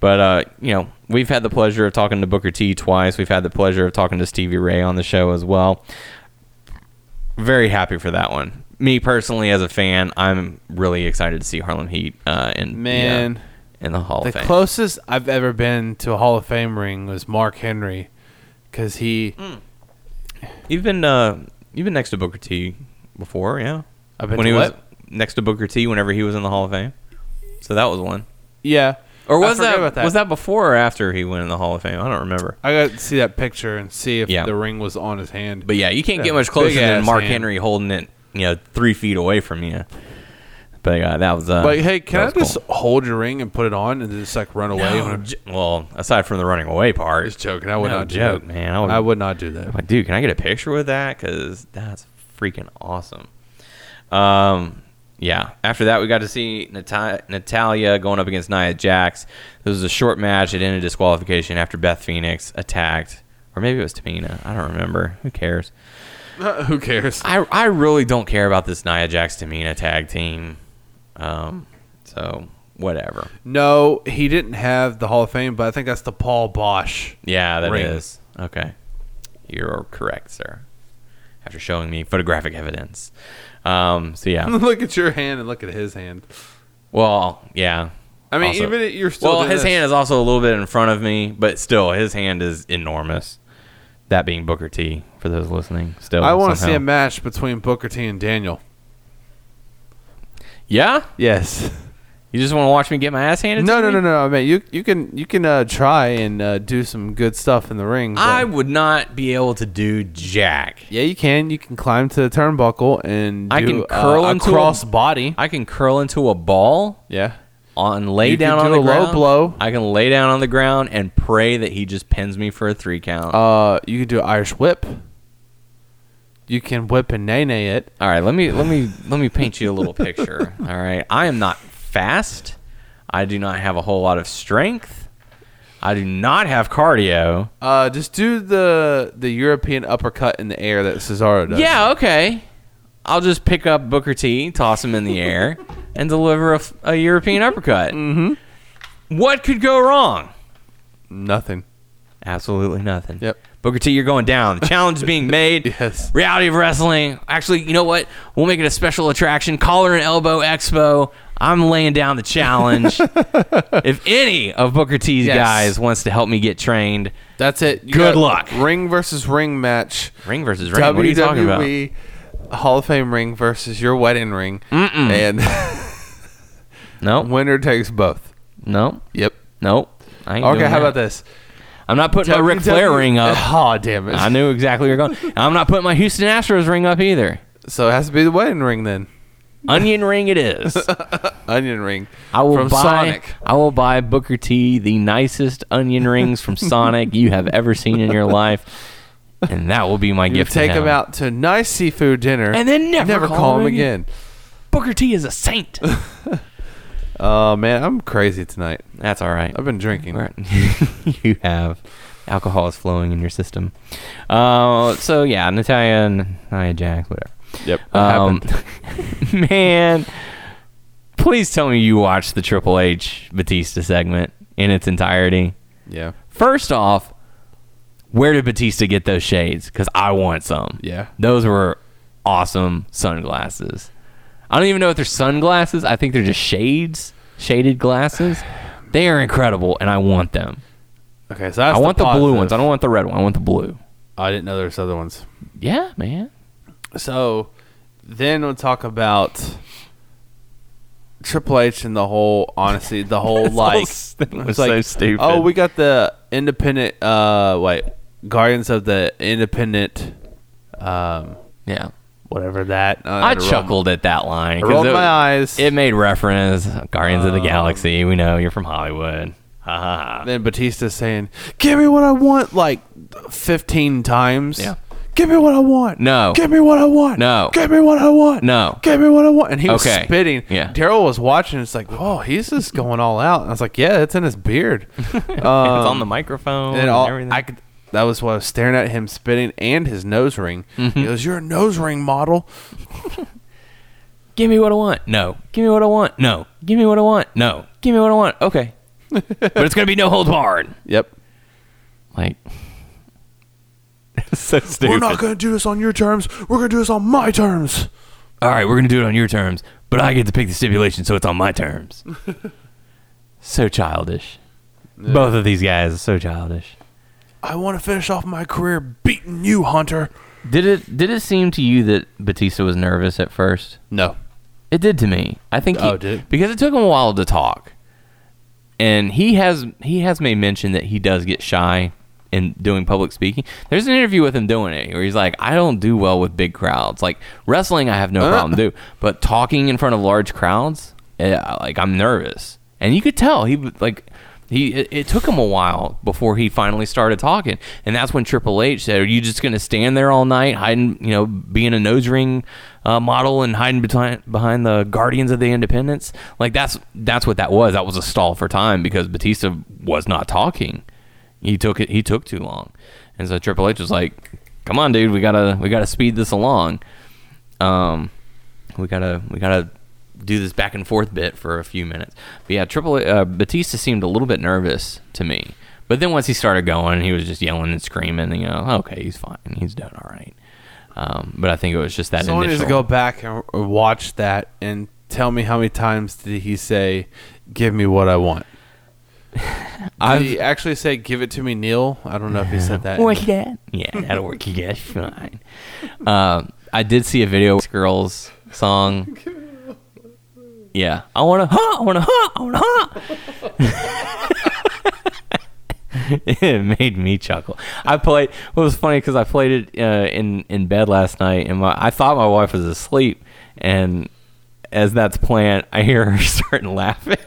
But uh, you know, we've had the pleasure of talking to Booker T twice. We've had the pleasure of talking to Stevie Ray on the show as well. Very happy for that one. Me personally, as a fan, I'm really excited to see Harlem Heat uh, in Man. yeah, in the Hall The of Fame. closest I've ever been to a Hall of Fame ring was Mark Henry, because he Mm. you've been uh, you've been next to Booker T before, yeah. I've been when to he was what? next to Booker T whenever he was in the Hall of Fame. So that was one. yeah. Or I was forgot that, about was that before or after he went in the Hall of Fame? I don't remember. I got to see that picture and see if Yeah. the ring was on his hand. But yeah, you can't get Yeah, much closer big than ass Mark hand. Henry holding it, you know, three feet away from you. But uh, that was. Uh, Like, hey, can I that was just hold your ring and put it on and just like run away? cool. when No, I'm j- well, aside from the running away part, just joking. I would no not do joke, that. man. I would, I would not do <laughs> that. like, dude, can I get a picture with that? Because that's freaking awesome. Um, yeah. After that, we got to see Nat- Natalia going up against Nia Jax. This was a short match. It ended disqualification after Beth Phoenix attacked, or maybe it was Tamina. I don't remember. Who cares? Who cares? I, I really don't care about this Nia Jax Tamina tag team. Um, so whatever. No, he didn't have the Hall of Fame, but I think that's the Paul Bosch. <laughs> Yeah, that is Ring. okay. You're correct, sir. After showing me photographic evidence. Um, so yeah. look at your hand and look at his hand. well, yeah. I mean, Also- even if you're still. well, doing his this- hand is also a little bit in front of me, but still, his hand is enormous. That being Booker T. For those listening, still. I want to see somehow. a match between Booker T and Daniel. Yeah, Yes. you just want to watch me get my ass handed? No, to no, me? no, no. I mean, you you can you can uh, try and uh, do some good stuff in the ring. but- I would not be able to do jack. yeah, you can. You can climb to the turnbuckle and I do, can uh, curl a into a- cross body. I can curl into a ball Yeah. on lay You can down on do the a low ground. blow. I can lay down on the ground and pray that he just pins me for a three count. Uh, you can do Irish whip. You can whip and nay nay it. all right, let me let me let me paint you a little <laughs> picture. All right, I am not fast. I do not have a whole lot of strength. I do not have cardio. Uh, just do the the European uppercut in the air that Cesaro does. Yeah, okay. I'll just pick up Booker T, toss him in the <laughs> air, and deliver a, f- a European uppercut. mm-hmm. What could go wrong? Nothing. Absolutely nothing. Yep. Booker T, you're going down. The challenge is being <laughs> made. Yes. Reality of Wrestling. Actually, you know what? We'll make it a special attraction. Collar and Elbow Expo. I'm laying down the <laughs> challenge. if any of Booker T's Yes. guys wants to help me get trained, That's it. You Good got luck. Ring versus ring match. ring versus ring. what are you talking about? WWE Hall of Fame ring versus your wedding ring, and No, <laughs> winner takes both. no, Yep. no. I ain't Okay, doing how that. about this? I'm not putting my Ric Flair WWE ring <laughs> up. Oh damn it! I knew exactly where you're going. And I'm not putting my Houston Astros ring up either. So it has to be the wedding ring then. Onion ring it <laughs> is. Onion ring. I will from buy. Sonic. I will buy Booker T the nicest onion rings <laughs> from Sonic you have ever seen in your life, and that will be my You gift. to take him. him out to nice seafood dinner, And then never never call call him him again. Booker T is a <laughs> saint. Oh man, I'm crazy tonight. That's all right. I've been drinking. <laughs> you have alcohol is flowing in your system. Uh, so yeah, Natalia and Nia Jax, whatever. Yep. Um, <laughs> man, please tell me you watched the Triple H Batista segment in its entirety. <laughs> yeah. First off, where did Batista get those shades? Because I want some. Yeah. Those were awesome sunglasses. I don't even know if they're sunglasses. I think they're just shades, shaded glasses. They are incredible, and I want them. Okay, so I that's want the, blue positive. ones. I don't want the red one. I want the blue. I didn't know there's other ones. Yeah, man. So then we'll talk about Triple H and the whole honestly, <laughs> the whole like thing it's like, Oh, we got the independent uh wait, Guardians of the Independent um uh, yeah. whatever that. I, I had to roll- chuckled at that line. I 'cause rolled it- my eyes. Oh. It made reference Guardians of the Galaxy. We know you're from Hollywood. Ha ha ha. Then Batista saying, "Give me what I want," like fifteen times. Yeah. Give me what I want. No. Give me what I want. No. Give me what I want. No. Give me what I want. And he was Okay. spitting. Yeah. Daryl was watching. It's like, oh, he's just going all out. And I was like, yeah, it's in <laughs> his beard. it's it's on the microphone and, Um, and all, Oh, everything. I could. That was what I was staring at him spitting and his nose ring. Mm-hmm. He goes, "You're a nose ring model." give me what I want. No. Give me what I want. No. Give me what I want. No. Give me what I want. <laughs> Okay. but it's gonna be no hold barred. Yep. Like so stupid. We're not gonna do this on your terms. We're gonna do this on my terms. all right, we're gonna do it on your terms, but I get to pick the stipulation, so it's on my <laughs> terms. so childish. Both of these guys are so childish. I want to finish off my career beating you, Hunter. Did it did it seem to you that Batista was nervous at first? No. It did to me. I think he, Oh, did it? because it took him a while to talk, and he has he has made mention that he does get shy in doing public speaking. There's an interview with him doing it where he's like, "I don't do well with big crowds. Like wrestling, I Uh-huh. have no problem do, but talking in front of large crowds, yeah, like I'm nervous." And you could tell he was, like he it, it took him a while before he finally started talking, and that's when Triple H said, "Are you just going to stand there all night hiding, you know, being a nose ring uh, model and hiding behind behind the Guardians of the Independence?" Like that's that's what that was. That was a stall for time because Batista was not talking. He took it. He took too long, and so Triple H was like, "Come on, dude, we gotta we gotta speed this along. Um, we gotta we gotta do this back and forth bit for a few minutes." But yeah, Triple uh, Batista seemed a little bit nervous to me, but then once he started going, he was just yelling and screaming. And, you know, "Oh, okay, he's fine. He's doing all right. Um, but I think it was just that Someone needs initial. to go back and r- watch that and tell me how many times did he say, "Give me what I <laughs> want." i I've- did he actually say, "Give it to me, Neil"? I don't know if he said that. that? <laughs> Yeah, that'll work. You guys <laughs> fine. Um, I did see a video of girls song. Yeah, I wanna, huh? I wanna, huh? I wanna, huh? <laughs> it made me chuckle. I played. It was funny because I played it uh, in in bed last night, and my I thought my wife was asleep, and as that's playing, I hear her <laughs> starting laughing.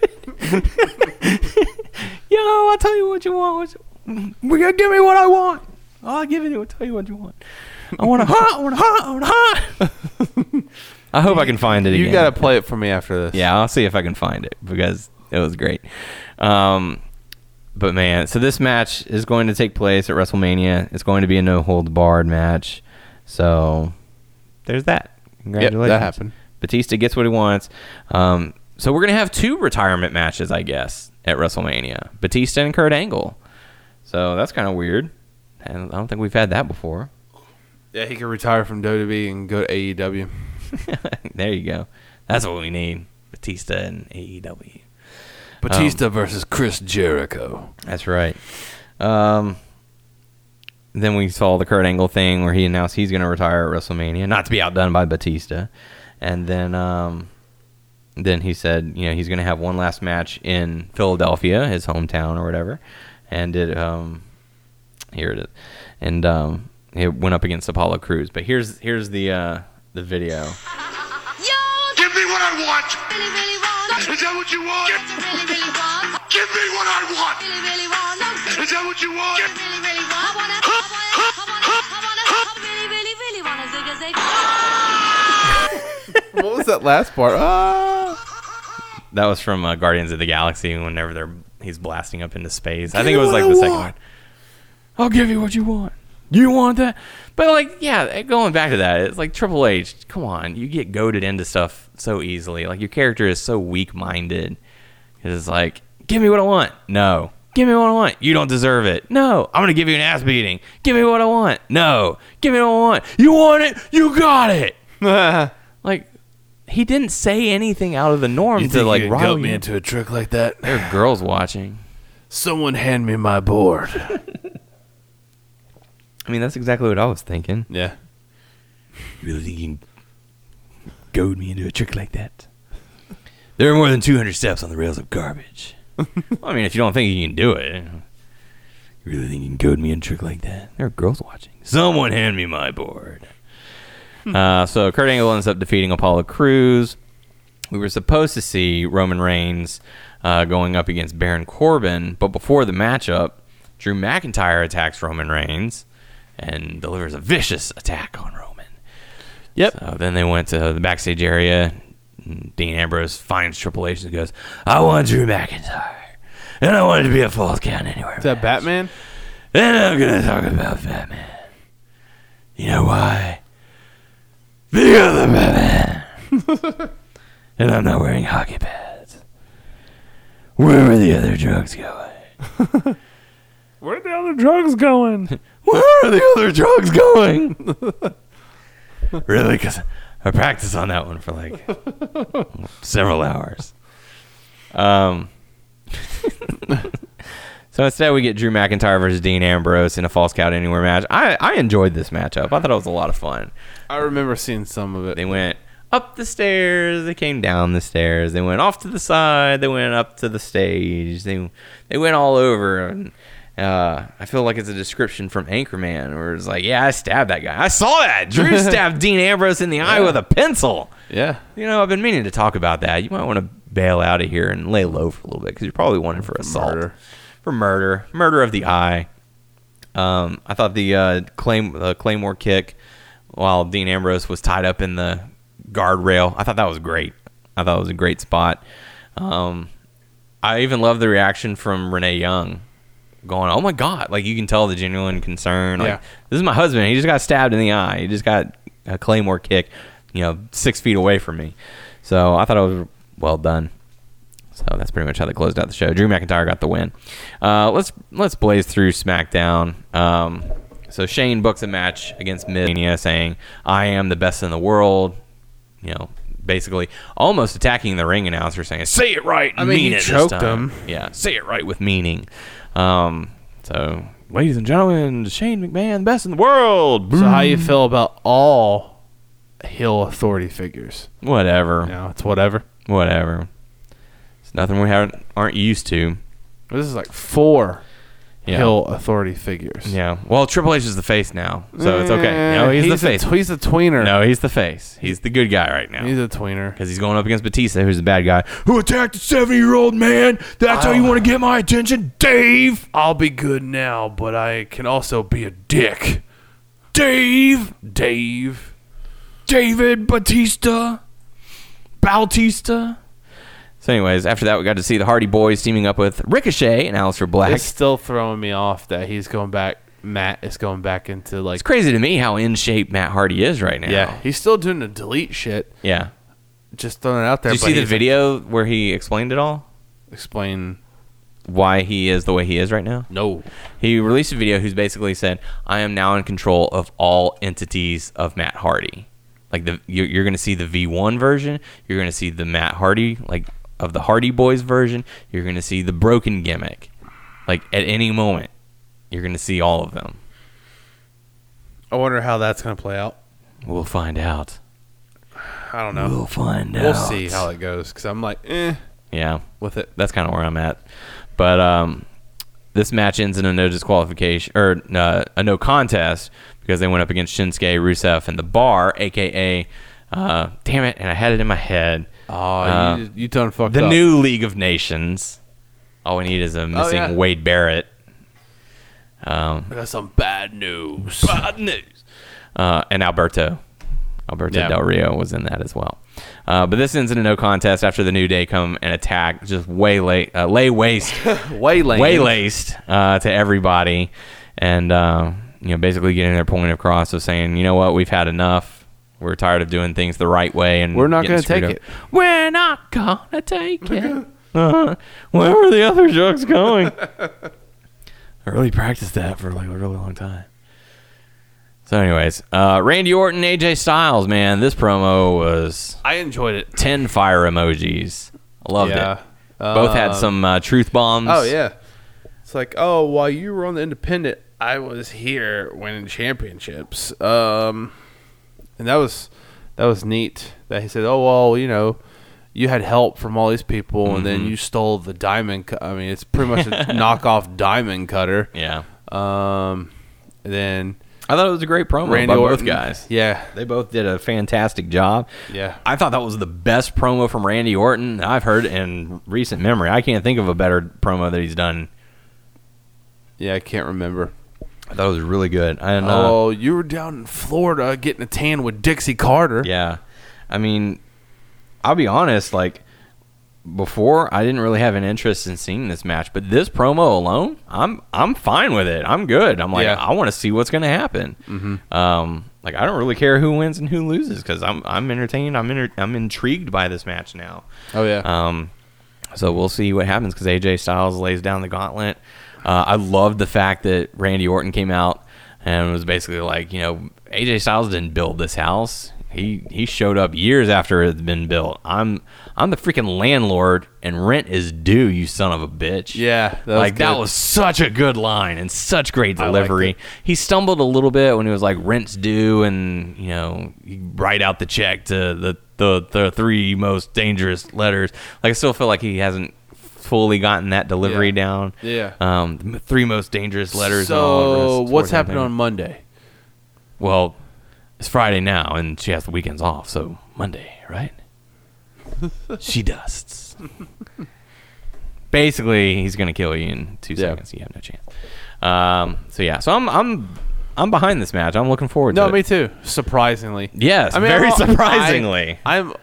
Yo, I'll tell you what you want. What you- we gotta give me what I want. I'll give it. I'll tell you what you want. I want a hot. I want a hot. I want a hot. <laughs> I hope I can find it You again. gotta play it for me after this. Yeah, I'll see if I can find it because it was great. Um, but man, so this match is going to take place at WrestleMania. It's going to be a no holds barred match. So there's that. Congratulations. happened. Batista gets what he wants. Um, so we're going to have two retirement matches, I guess, at WrestleMania Batista and Kurt Angle. So that's kind of weird. And I don't think we've had that before. <laughs> yeah, he could retire from WWE and go to E AEW. there you go. That's what we need Batista and E AEW. Batista versus Chris Jericho. That's right. Um, then we saw the Kurt Angle thing where he announced he's going to retire at WrestleMania, not to be outdone by Batista. And then, um, then he said, you know, he's going to have one last match in Philadelphia, his hometown or whatever. And it, um, here it is, and um, it went up against Apollo Cruz. But here's here's the uh, the video. Yo, Give me what I want. really, really want. Is that what you want? That's a really, really want. Give me what I want. Really, really want. That's a Is that what you want? really, really want. I wanna, I wanna, I wanna, I wanna, I really, really, really wanna zig a zig. What was that last <laughs> part? Ah, That was from uh, Guardians of the Galaxy. Whenever they're he's blasting up into space, I think it was like the second one. I'll give you what you want. You want that? But like, yeah, eh, going back to that, it's like Triple H. Come on, you get goaded into stuff so easily. Like your character is so weak-minded. It's like, give me what I want. No. Give me what I want. You don't deserve it. No. I'm gonna give you an ass beating. Give me what I want. No. Give me what I want. You want it. You got <laughs> it. like, he didn't say anything out of the norm to like you rile got me you. into a trick like that? There are girls watching. Someone hand me my board. I mean, that's exactly what I was thinking. yeah. Really think you can goad me into a trick like that? There are more than 200 steps on the rails of garbage. I mean, if you don't think you can do it, you really think you can goad me into a trick like that? There are girls watching. Someone hand me my board. uh, so Kurt Angle ends up defeating Apollo Crews. We were supposed to see Roman Reigns uh, going up against Baron Corbin. But before the matchup, Drew McIntyre attacks Roman Reigns and delivers a vicious attack on Roman. Yep. So then they went to the backstage area. and Dean Ambrose finds Triple H and goes, "I want Drew McIntyre, and I want it to be a false count anywhere." Is that Batman? And I'm gonna talk about Batman. You know why? The other Batman. <laughs> and I'm not wearing hockey pads. Where are the other drugs going? <laughs> Where the other drugs going? <laughs> Where are the other drugs going? <laughs> really? Because I practiced on that one for <laughs> like several hours. Um. so instead, we get Drew McIntyre versus Dean Ambrose in a false count anywhere match. I I enjoyed this matchup. I thought it was a lot of fun. I remember seeing some of it. They went up the stairs. They came down the stairs. They went off to the side. They went up to the stage. They they went all over. And, uh, I feel like it's a description from Anchorman, where it's like, yeah, I stabbed that guy. I saw that. Drew stabbed Dean Ambrose in the eye with a pencil. Yeah. You know, I've been meaning to talk about that. You might want to bail out of here and lay low for a little bit because you're probably wanted for assault, murder. for murder, murder of the eye. Um, I thought the uh, claim the claymore kick while Dean Ambrose was tied up in the guardrail. I thought that was great. I thought it was a great spot. Um, I even love the reaction from Renee Young going, "Oh my god!" Like you can tell the genuine concern. Like Yeah. this is my husband. He just got stabbed in the eye. He just got a claymore kick, you know, six feet away from me. So I thought it was well done. So that's pretty much how they closed out the show. Drew McIntyre got the win. Uh, let's let's blaze through SmackDown. Um, so Shane books a match against Miz Mania, saying, "I am the best in the world." You know, basically almost attacking the ring announcer, saying, "Say it right, I mean, mean he it this choked time." him. Yeah, say it right with meaning. Um, so, ladies and gentlemen, Shane McMahon, the best in the world. So how Mm. you feel about all Hill authority figures? Whatever, You know, it's whatever. whatever. It's nothing we haven't aren't used to. This is like four Yeah. Hill authority figures. Yeah. Well, Triple H is the face now, so it's okay. No, Eh, he's, he's the face. A, tw- he's a tweener. no, he's the face. He's the good guy right He's now. a tweener. Because he's going up against Batista, who's the bad guy, who attacked a 70 year old man. That's how you want to get my attention, Dave. Ah. I'll be good now, but I can also be a dick. Dave! Dave. David Batista. Bautista. So, anyways, after that, we got to see the Hardy Boys teaming up with Ricochet and Aleister Black. It's It's, still throwing me off that he's going back. Matt is going back into like. crazy to me how in shape Matt Hardy is right now. Yeah, he's still doing the delete shit. Yeah. Just throwing it out there. Did you but see the he's- video where he explained it all? Explain. Why he is the way he is right now? No. He released a video who's basically said, "I am now in control of all entities of Matt Hardy." Like the you're, you're going to see the V1 version, you're going to see the Matt Hardy like of the Hardy Boys version, you're going to see the broken gimmick. Like at any moment, you're going to see all of them. I wonder how that's going to play out. We'll find out. I don't know. We'll find out. We'll see how it goes because I'm like, eh, Yeah. with it. that's kind of where I'm at. But um, this match ends in a no disqualification or uh, a no contest because they went up against Shinsuke, Rusev, and the Bar, aka uh, damn it, and I had it in my head. Oh, Uh, you, you done fucked the up. new League of Nations. All we need is a missing Oh, yeah. Wade Barrett. I got some bad news. Bad news. Uh, and Alberto. Alberto Yeah. Del Rio was in that as well. Uh, but this ends in a no contest after the New Day come and attack, just way late, uh, lay waste Wayland. waylaced uh, to everybody, and uh, you know basically getting their point across of saying, you know what, we've had enough. We're tired of doing things the right way, and We're not getting gonna screwed take up." it. We're not gonna take it. Uh-huh. Where are the other jokes <laughs> going? I really practiced that for like a really long time. So, anyways, uh, Randy Orton, AJ Styles, man, this promo was I enjoyed it. ten fire emojis. I loved Yeah. it. Both had some uh, truth bombs. Oh yeah. It's like, oh, while you were on the independent, I was here winning championships. Um, and that was that was neat that he said, oh well, you know, you had help from all these people, and then you stole the diamond. Cu- I mean, <laughs> it's pretty much a knockoff diamond cutter. yeah. Um, and then oh, I thought it was a great promo Randy by both Orton. guys. Yeah. They both did a fantastic job. Yeah. I thought that was the best promo from Randy Orton I've heard in recent memory. I can't think of a better promo that he's done. Yeah, I can't remember. I thought it was really good. And, uh, Oh, you were down in Florida getting a tan with Dixie Carter. Yeah. I mean, I'll be honest, like before I didn't really have an interest in seeing this match, but this promo alone, I'm I'm fine with it. I'm good. I'm like Yeah. I want to see what's going to happen. Um like I don't really care who wins and who loses cuz I'm I'm entertained. I'm enter- I'm intrigued by this match now. Oh yeah. Um, so we'll see what happens because AJ Styles lays down the gauntlet. Uh, I loved the fact that Randy Orton came out and was basically like, you know, AJ Styles didn't build this house. He he showed up years after it's been built. I'm I'm the freaking landlord, and rent is due. You son of a bitch. Yeah, that was like that good. was such a good line and such great delivery. He stumbled a little bit when he was like rent's due, and you know, you write out the check to the the, the three most dangerous letters. Like I still feel like he hasn't fully gotten that delivery Yeah. down. Yeah. um, the m- three most dangerous letters. and all the So rest what's towards the happening thing. on Monday? Well, it's Friday now, and she has the weekends off, so Monday, <laughs> right? she dusts. Basically, he's gonna kill you in two Yeah. seconds. You have no chance. Um, so yeah, so I'm I'm I'm behind this match. I'm looking forward No, to me it. too. Surprisingly. Yes, very all- surprisingly. I, am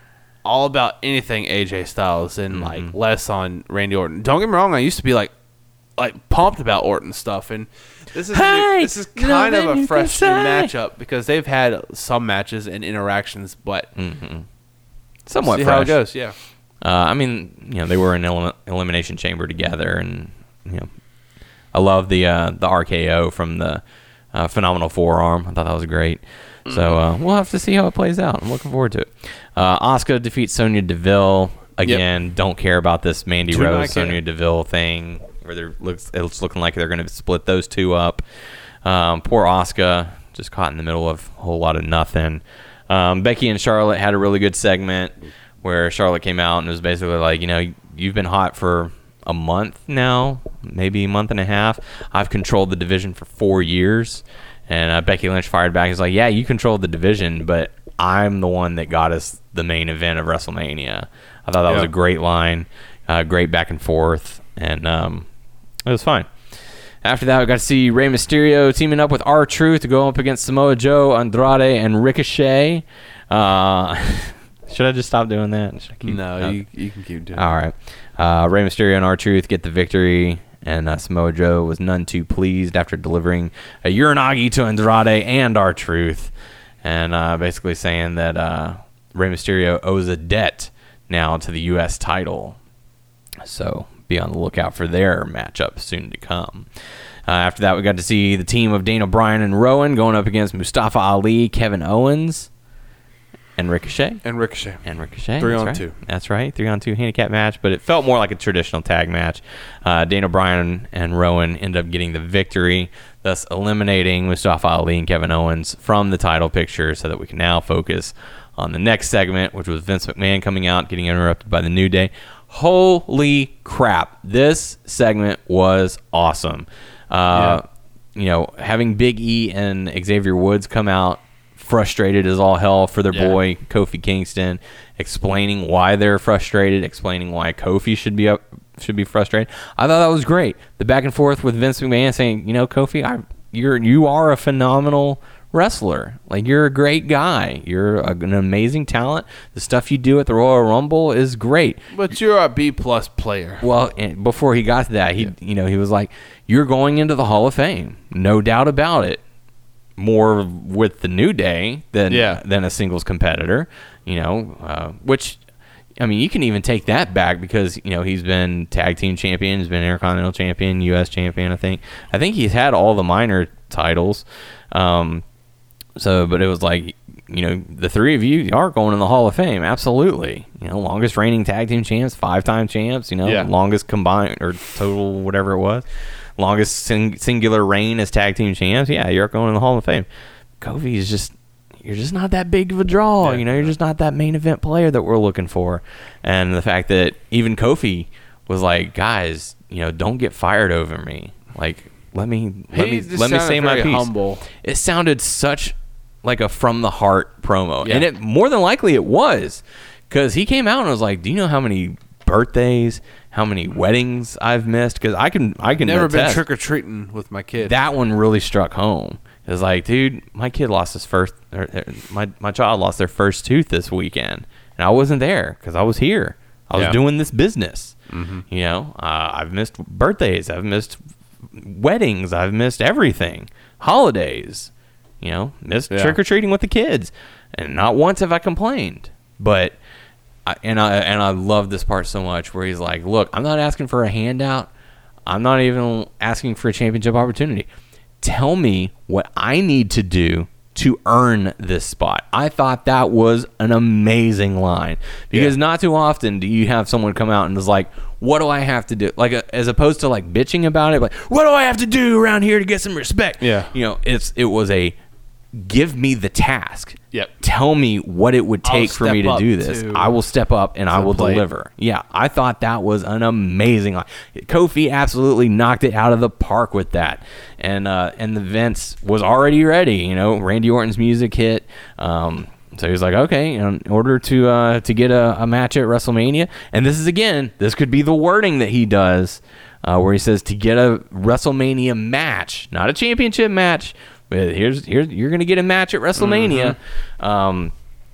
all about anything AJ Styles and Mm-hmm. like less on Randy Orton. Don't get me wrong, I used to be like like pumped about Orton stuff and this is Hey, this is kind of nothing you a can fresh say. new matchup because they've had some matches and interactions, but Mm. Somewhat see fresh. how it goes. Yeah, Uh, I mean, you know, they were in elim- elimination chamber together, and you know, I love the uh, the RKO from the uh, phenomenal forearm. I thought that was great. So uh, Mm-hmm. we'll have to see how it plays out. I'm looking forward to it. Uh, Oscar defeats Sonya Deville again. Don't care about this Mandy not Rose care. Sonya Deville thing where they looks it's looking like they're going to split those two up. Um, poor Oscar just caught in the middle of a whole lot of nothing. Um, Becky and Charlotte had a really good segment where Charlotte came out and was basically like, you know, you've been hot for a month now, maybe a month and a half. I've controlled the division for four years. And uh, Becky Lynch fired back. He's like, yeah, you controlled the division, but I'm the one that got us the main event of WrestleMania. I thought that was Yeah. a great line, uh, great back and forth, and um, it was fine. After that, we got to see Rey Mysterio teaming up with R Truth to go up against Samoa Joe, Andrade, and Ricochet. Uh, <laughs> should I just stop doing that? Should I keep- no, uh, you, you can keep doing. all right. Uh, Rey Mysterio and R Truth get the victory, and uh, Samoa Joe was none too pleased after delivering a Uranagi to Andrade and R Truth, and uh, basically saying that uh, Rey Mysterio owes a debt now to the U.S. title. So be on the lookout for their matchup soon to come. Uh, after that, we got to see the team of Dana Bryan and Rowan going up against Mustafa Ali, Kevin Owens, and Ricochet And Ricochet. and Ricochet. Three that's on right. two. That's right, three on two handicap match, but it felt more like a traditional tag match. Uh, Dana Bryan and Rowan end up getting the victory, thus eliminating Mustafa Ali and Kevin Owens from the title picture, so that we can now focus on the next segment, which was Vince McMahon coming out, getting interrupted by the New Day. Holy crap! This segment was awesome. Uh, You know, having Big E and Xavier Woods come out frustrated as all hell for their Yeah. boy Kofi Kingston, explaining why they're frustrated, explaining why Kofi should be up, should be frustrated. I thought that was great. The back and forth with Vince McMahon saying, you know, Kofi, I you're you are a phenomenal wrestler. Like you're a great guy. You're a- an amazing talent. The stuff you do at the Royal Rumble is great. But you're a B plus player. Well, and before he got to that, he you know he was like, "You're going into the Hall of Fame, no doubt about it." More with the New Day than Yeah. than a singles competitor, you know. Uh, which, I mean, you can even take that back because you know he's been tag team champion, he's been Intercontinental champion, U.S. champion. I think I think he's had all the minor titles. Um, so, but it was like, you know, the three of you are going in the Hall of Fame, absolutely. You know, longest reigning tag team champs, five time champs. You know, Yeah. longest combined or total whatever it was, longest sing- singular reign as tag team champs. Yeah, you're going in the Hall of Fame. Kofi is just. You're just not that big of a draw, you know. You're just not that main event player that we're looking for, and the fact that even Kofi was like, "Guys, you know, don't get fired over me. Like, Let me let He me just let me sounded say my very piece. humble. It sounded such like a from the heart promo, Yeah. and it more than likely it was because he came out and was like, "Do you know how many birthdays, how many weddings I've missed? Because I can I can Never been attest." trick or treating with my kid. that one really struck home. It's like, dude, my kid lost his first, or, or, my my child lost their first tooth this weekend, and I wasn't there because I was here. I was Yeah. Mm-hmm. doing this business. You know, uh, I've missed birthdays, I've missed weddings, I've missed everything, holidays. You know, missed Yeah. trick or treating with the kids, and not once have I complained. But I, and I and I love this part so much where he's like, "Look, I'm not asking for a handout. I'm not even asking for a championship opportunity. Tell me what I need to do to earn this spot." I thought that was an amazing line because not too often do you have someone come out and is like, "What do I have to do?" Like uh, as opposed to like bitching about it, like, "What do I have to do around here to get some respect?" Yeah. you know, it's it was a give me the task. Yep. Tell me what it would I'll take for me step to up do this. to- I will step up and I the will plate. deliver. Yeah, I thought that was an amazing line. Kofi absolutely knocked it out of the park with that, and uh, and the Vince was already ready. You know, Randy Orton's music hit. Um, so he was like, okay, in order to uh, to get a, a match at WrestleMania, and this is again, this could be the wording that he does, uh, where he says to get a WrestleMania match, not a championship match. But here's here's you're gonna get a match at WrestleMania. Um,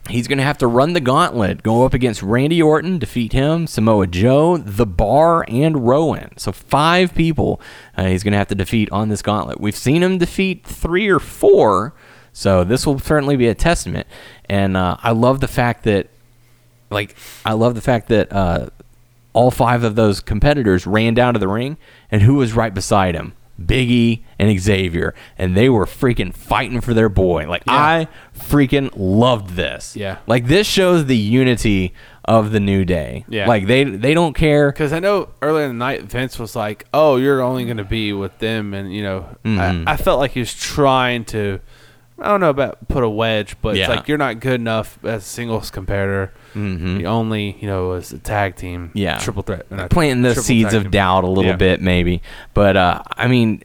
He's going to have to run the gauntlet, go up against Randy Orton, defeat him, Samoa Joe, The Bar, and Rowan. So five people uh, he's going to have to defeat on this gauntlet. We've seen him defeat three or four, so this will certainly be a testament. And uh, I love the fact that, like, I love the fact that uh, all five of those competitors ran down to the ring, and who was right beside him? Biggie and Xavier, and they were freaking fighting for their boy. Like I freaking loved this. Yeah. like this shows the unity of the new day. Yeah. like they they don't care. Because I know earlier in the night, Vince was like, "Oh, you're only going to be with them," and you know, Mm-hmm. I, I felt like he was trying to, I don't know about put a wedge, but Yeah. it's like you're not good enough as a singles competitor. mm You only, you know, as a tag team, Mm-hmm. yeah triple threat, and I- planting the triple seeds tag of team. doubt a little Yeah. bit maybe but uh i mean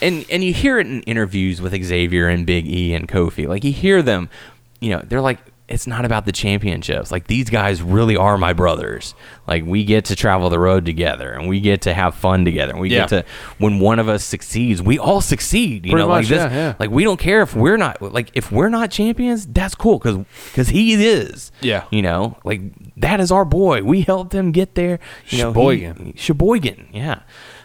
and and you hear it in interviews with xavier and big e and kofi like you hear them you know they're like it's not about the championships like these guys really are my brothers like we get to travel the road together and we get to have fun together and we get Yeah. to when one of us succeeds we all succeed you Pretty know like much, this yeah, yeah. like we don't care if we're not like if we're not champions that's cool because because he is Yeah. you know like that is our boy we helped him get there you know, he- Sheboygan. Sheboygan, yeah.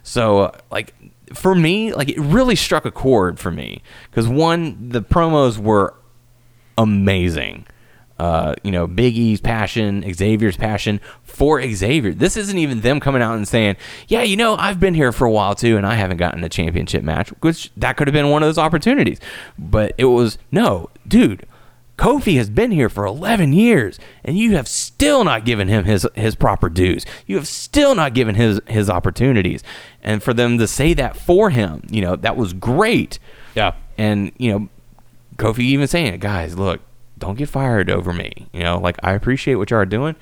So, uh, like, for me, like, it really struck a chord for me because one, the promos were amazing. Uh, you know, Big E's passion, Xavier's passion for Xavier. This isn't even them coming out and saying, "Yeah, you know, I've been here for a while too, and I haven't gotten a championship match," which that could have been one of those opportunities. But it was no, dude. Kofi has been here for 11 years, and you have still not given him his his proper dues. You have still not given his his opportunities, and for them to say that for him, you know, that was great. Yeah. and you know, Kofi even saying it, guys, look, don't get fired over me. You know, like I appreciate what y'all are doing.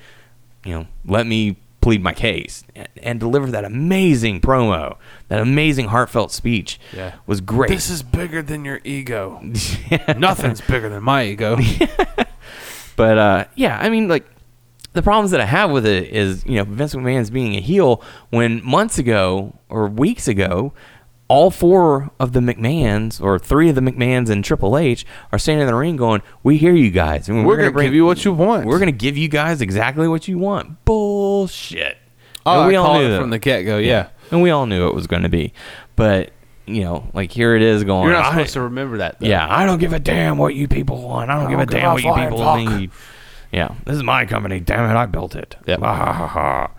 You know, let me plead my case and, and deliver that amazing promo, that amazing heartfelt speech. Yeah. was great. This is bigger than your ego. <laughs> Nothing's bigger than my ego. But uh, yeah, I mean, like the problems that I have with it is, you know, Vince McMahon's being a heel when months ago or weeks ago, all four of the McMahons or three of the McMahons and Triple H are standing in the ring going, "We hear you guys, and We're, gonna, bring- give you what you want. We're gonna give you guys exactly what you want." Bullshit. Oh, And we I all it that. from the get go. Yeah. and we all knew it was gonna be, but you know, like here it is going. You're not "I- supposed to remember that. Though. <laughs> yeah, I don't give a damn what you people want. I don't, give a damn what you people flying need. Yeah, this is my company. Damn it, I built it. Yeah, Ha ha ha. ha.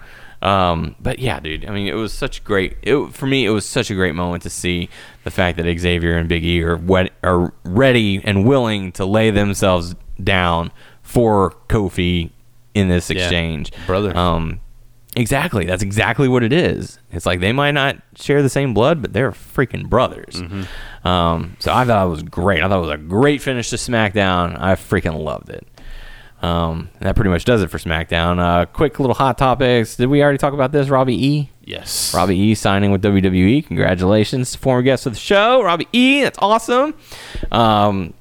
Um, but yeah, dude. I mean, it was such great. It for me, it was such a great moment to see the fact that Xavier and Big E are wet, are ready and willing to lay themselves down for Kofi in this exchange, brothers. Um, exactly. That's exactly what it is. It's like they might not share the same blood, but they're freaking brothers. Um, so I thought it was great. I thought it was a great finish to SmackDown. I freaking loved it. Um, and that pretty much does it for SmackDown. Uh, quick little hot topics. Did we already talk about this? Robbie E. Yes. Robbie E signing with WWE. Congratulations, former guest of the show, Robbie E. That's awesome. Um,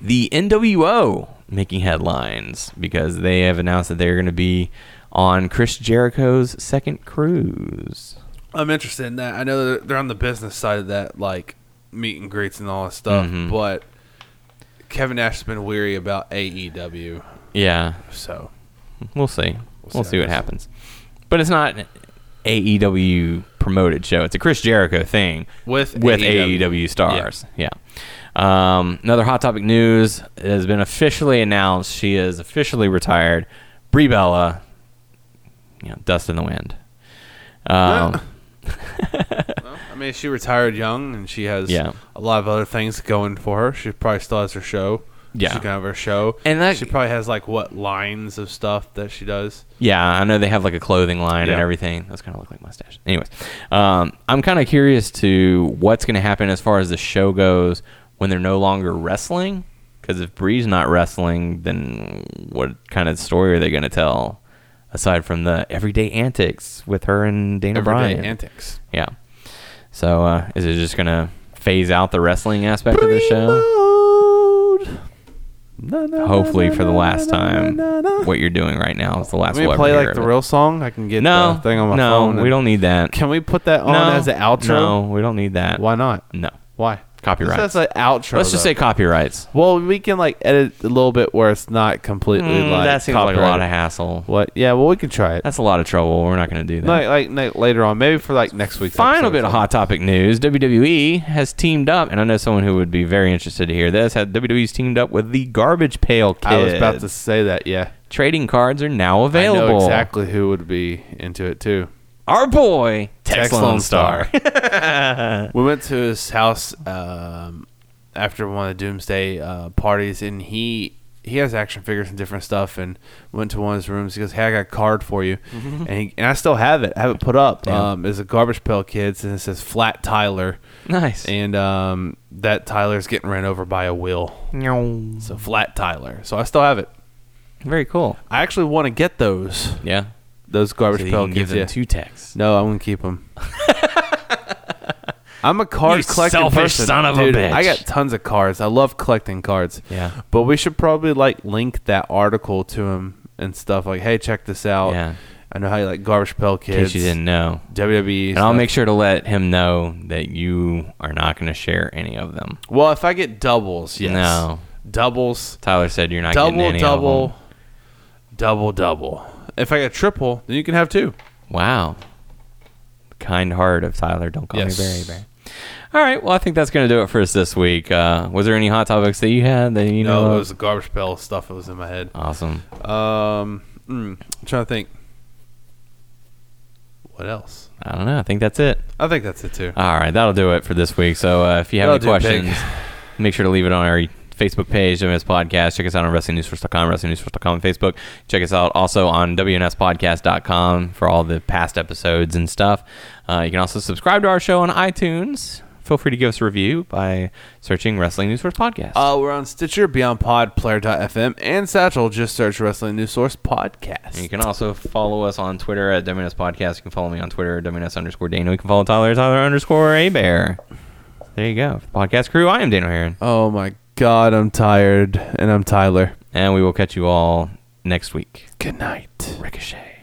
the NWO making headlines because they have announced that they're going to be on Chris Jericho's second cruise. I'm interested in that. I know they're- they're on the business side of that, like meet and greets and all that stuff, Mm-hmm. but Kevin Nash has been weary about AEW, Yeah, so we'll see. We'll, see see how what it goes. happens. But it's not an AEW promoted show. It's a Chris Jericho thing With E with E AEW. AEW, stars. Yeah. Um, another hot topic news it has been officially announced. She is officially retired. Brie Bella, you know, dust in the wind. Um, I mean, she retired young, and she has Yeah. a lot of other things going for her. She probably still has her show. Yeah. she can have her show, And that- she probably has like what lines of stuff that she does. Yeah, I know they have like a clothing line and Yeah. everything. Those kind of look like mustache. Anyways, um, I'm kind of curious to what's going to happen as far as the show goes when they're no longer wrestling. Because if Bree's not wrestling, then what kind of story are they going to tell? Aside from the everyday antics with her and Dana Everyday Bryan. antics. yeah. So uh, is it just going to phase out the wrestling aspect of the show? Hopefully for the last time, what you're doing right now is the last. Let me we'll play ever hear of like the it. real song. I can get No, the thing on my no, phone. we and- don't need that. Can we put that on as an outro? No, we don't need that. Why not? No, Why? Copyright. That's an outro. let's just though. say copyrights. Well, we can like edit a little bit where it's not completely Mm, like that seems like a lot of copyrighted. hassle. What? Yeah. Well, we can try it. That's a lot of trouble. We're not going to do that. like, like, like later on, maybe for like next week's Final episode bit or of hot topic news: WWE has teamed up, and I know someone who would be very interested to hear this. Had WWE's teamed up with the Garbage Pail Kids. something. I was about to say that. Yeah. Trading cards are now I available. know exactly who would be into it too. Our boy Tex Tex Lone Lone Star. <laughs> We went to his house um, after one of the Doomsday uh, parties, and he he has action figures and different stuff. And went to one of his rooms. He goes, "Hey, I got a card for you," Mm-hmm. and he, and I still have it. I have it put up. Um, it's a Garbage Pail Kids, and it says Flat Tyler, <laughs> nice. and um, that Tyler's getting ran over by a wheel. So Flat Tyler. So I still have it. Very cool. I actually want to get those Yeah. those Garbage So you Pail can give Kids. them yeah. to Tex. No, I'm gonna <laughs> keep them. I'm a card You collecting selfish person, son of a dude. bitch. I got tons of cards. I love collecting cards. Yeah. but we should probably like link that article to him and stuff. Like, hey, check this out. Yeah. I know how you like garbage pail In kids. E case you didn't know. WWE. And I'll make sure to let him know that you are not going to share any of them. Well, if I get doubles, yes. No. doubles, Tyler said you're not getting double, any of double, them. double, double. If I get triple, then you can have two. Wow. Kind heart of Tyler. Don't call Yes. me Barry Barry. All right. Well, I think that's going to do it for us this week. Uh, was there any hot topics that you had that you know? No, it of? was the garbage pail stuff that was in my head. awesome. Um, mm, I'm trying to think. What else? I don't know. I think that's it. I think that's it too. All right, that'll do it for this week. So uh, if you have That'll any do, pig. questions, make sure to leave it on our Facebook page, WNS Podcast. Check us out on WrestlingNewsSource.com, WrestlingNewsSource.com, Facebook. Check us out also on WNSPodcast.com for all the past episodes and stuff. Uh, you can also subscribe to our show on iTunes. Feel free to give us a review by searching Wrestling News Source Podcast. Uh, we're on Stitcher, Beyond Pod, Player.fm, and Satchel. Just search Wrestling News Source And you Podcast. can also follow us on Twitter at WNS Podcast. You can follow me on Twitter at WNS underscore Dano. You can follow Tyler, Tyler underscore A Bear. There you go. For the podcast crew, I am Dano Heron. Oh my God, I'm tired, and I'm Tyler. And we will catch you all next week. Good night. Ricochet.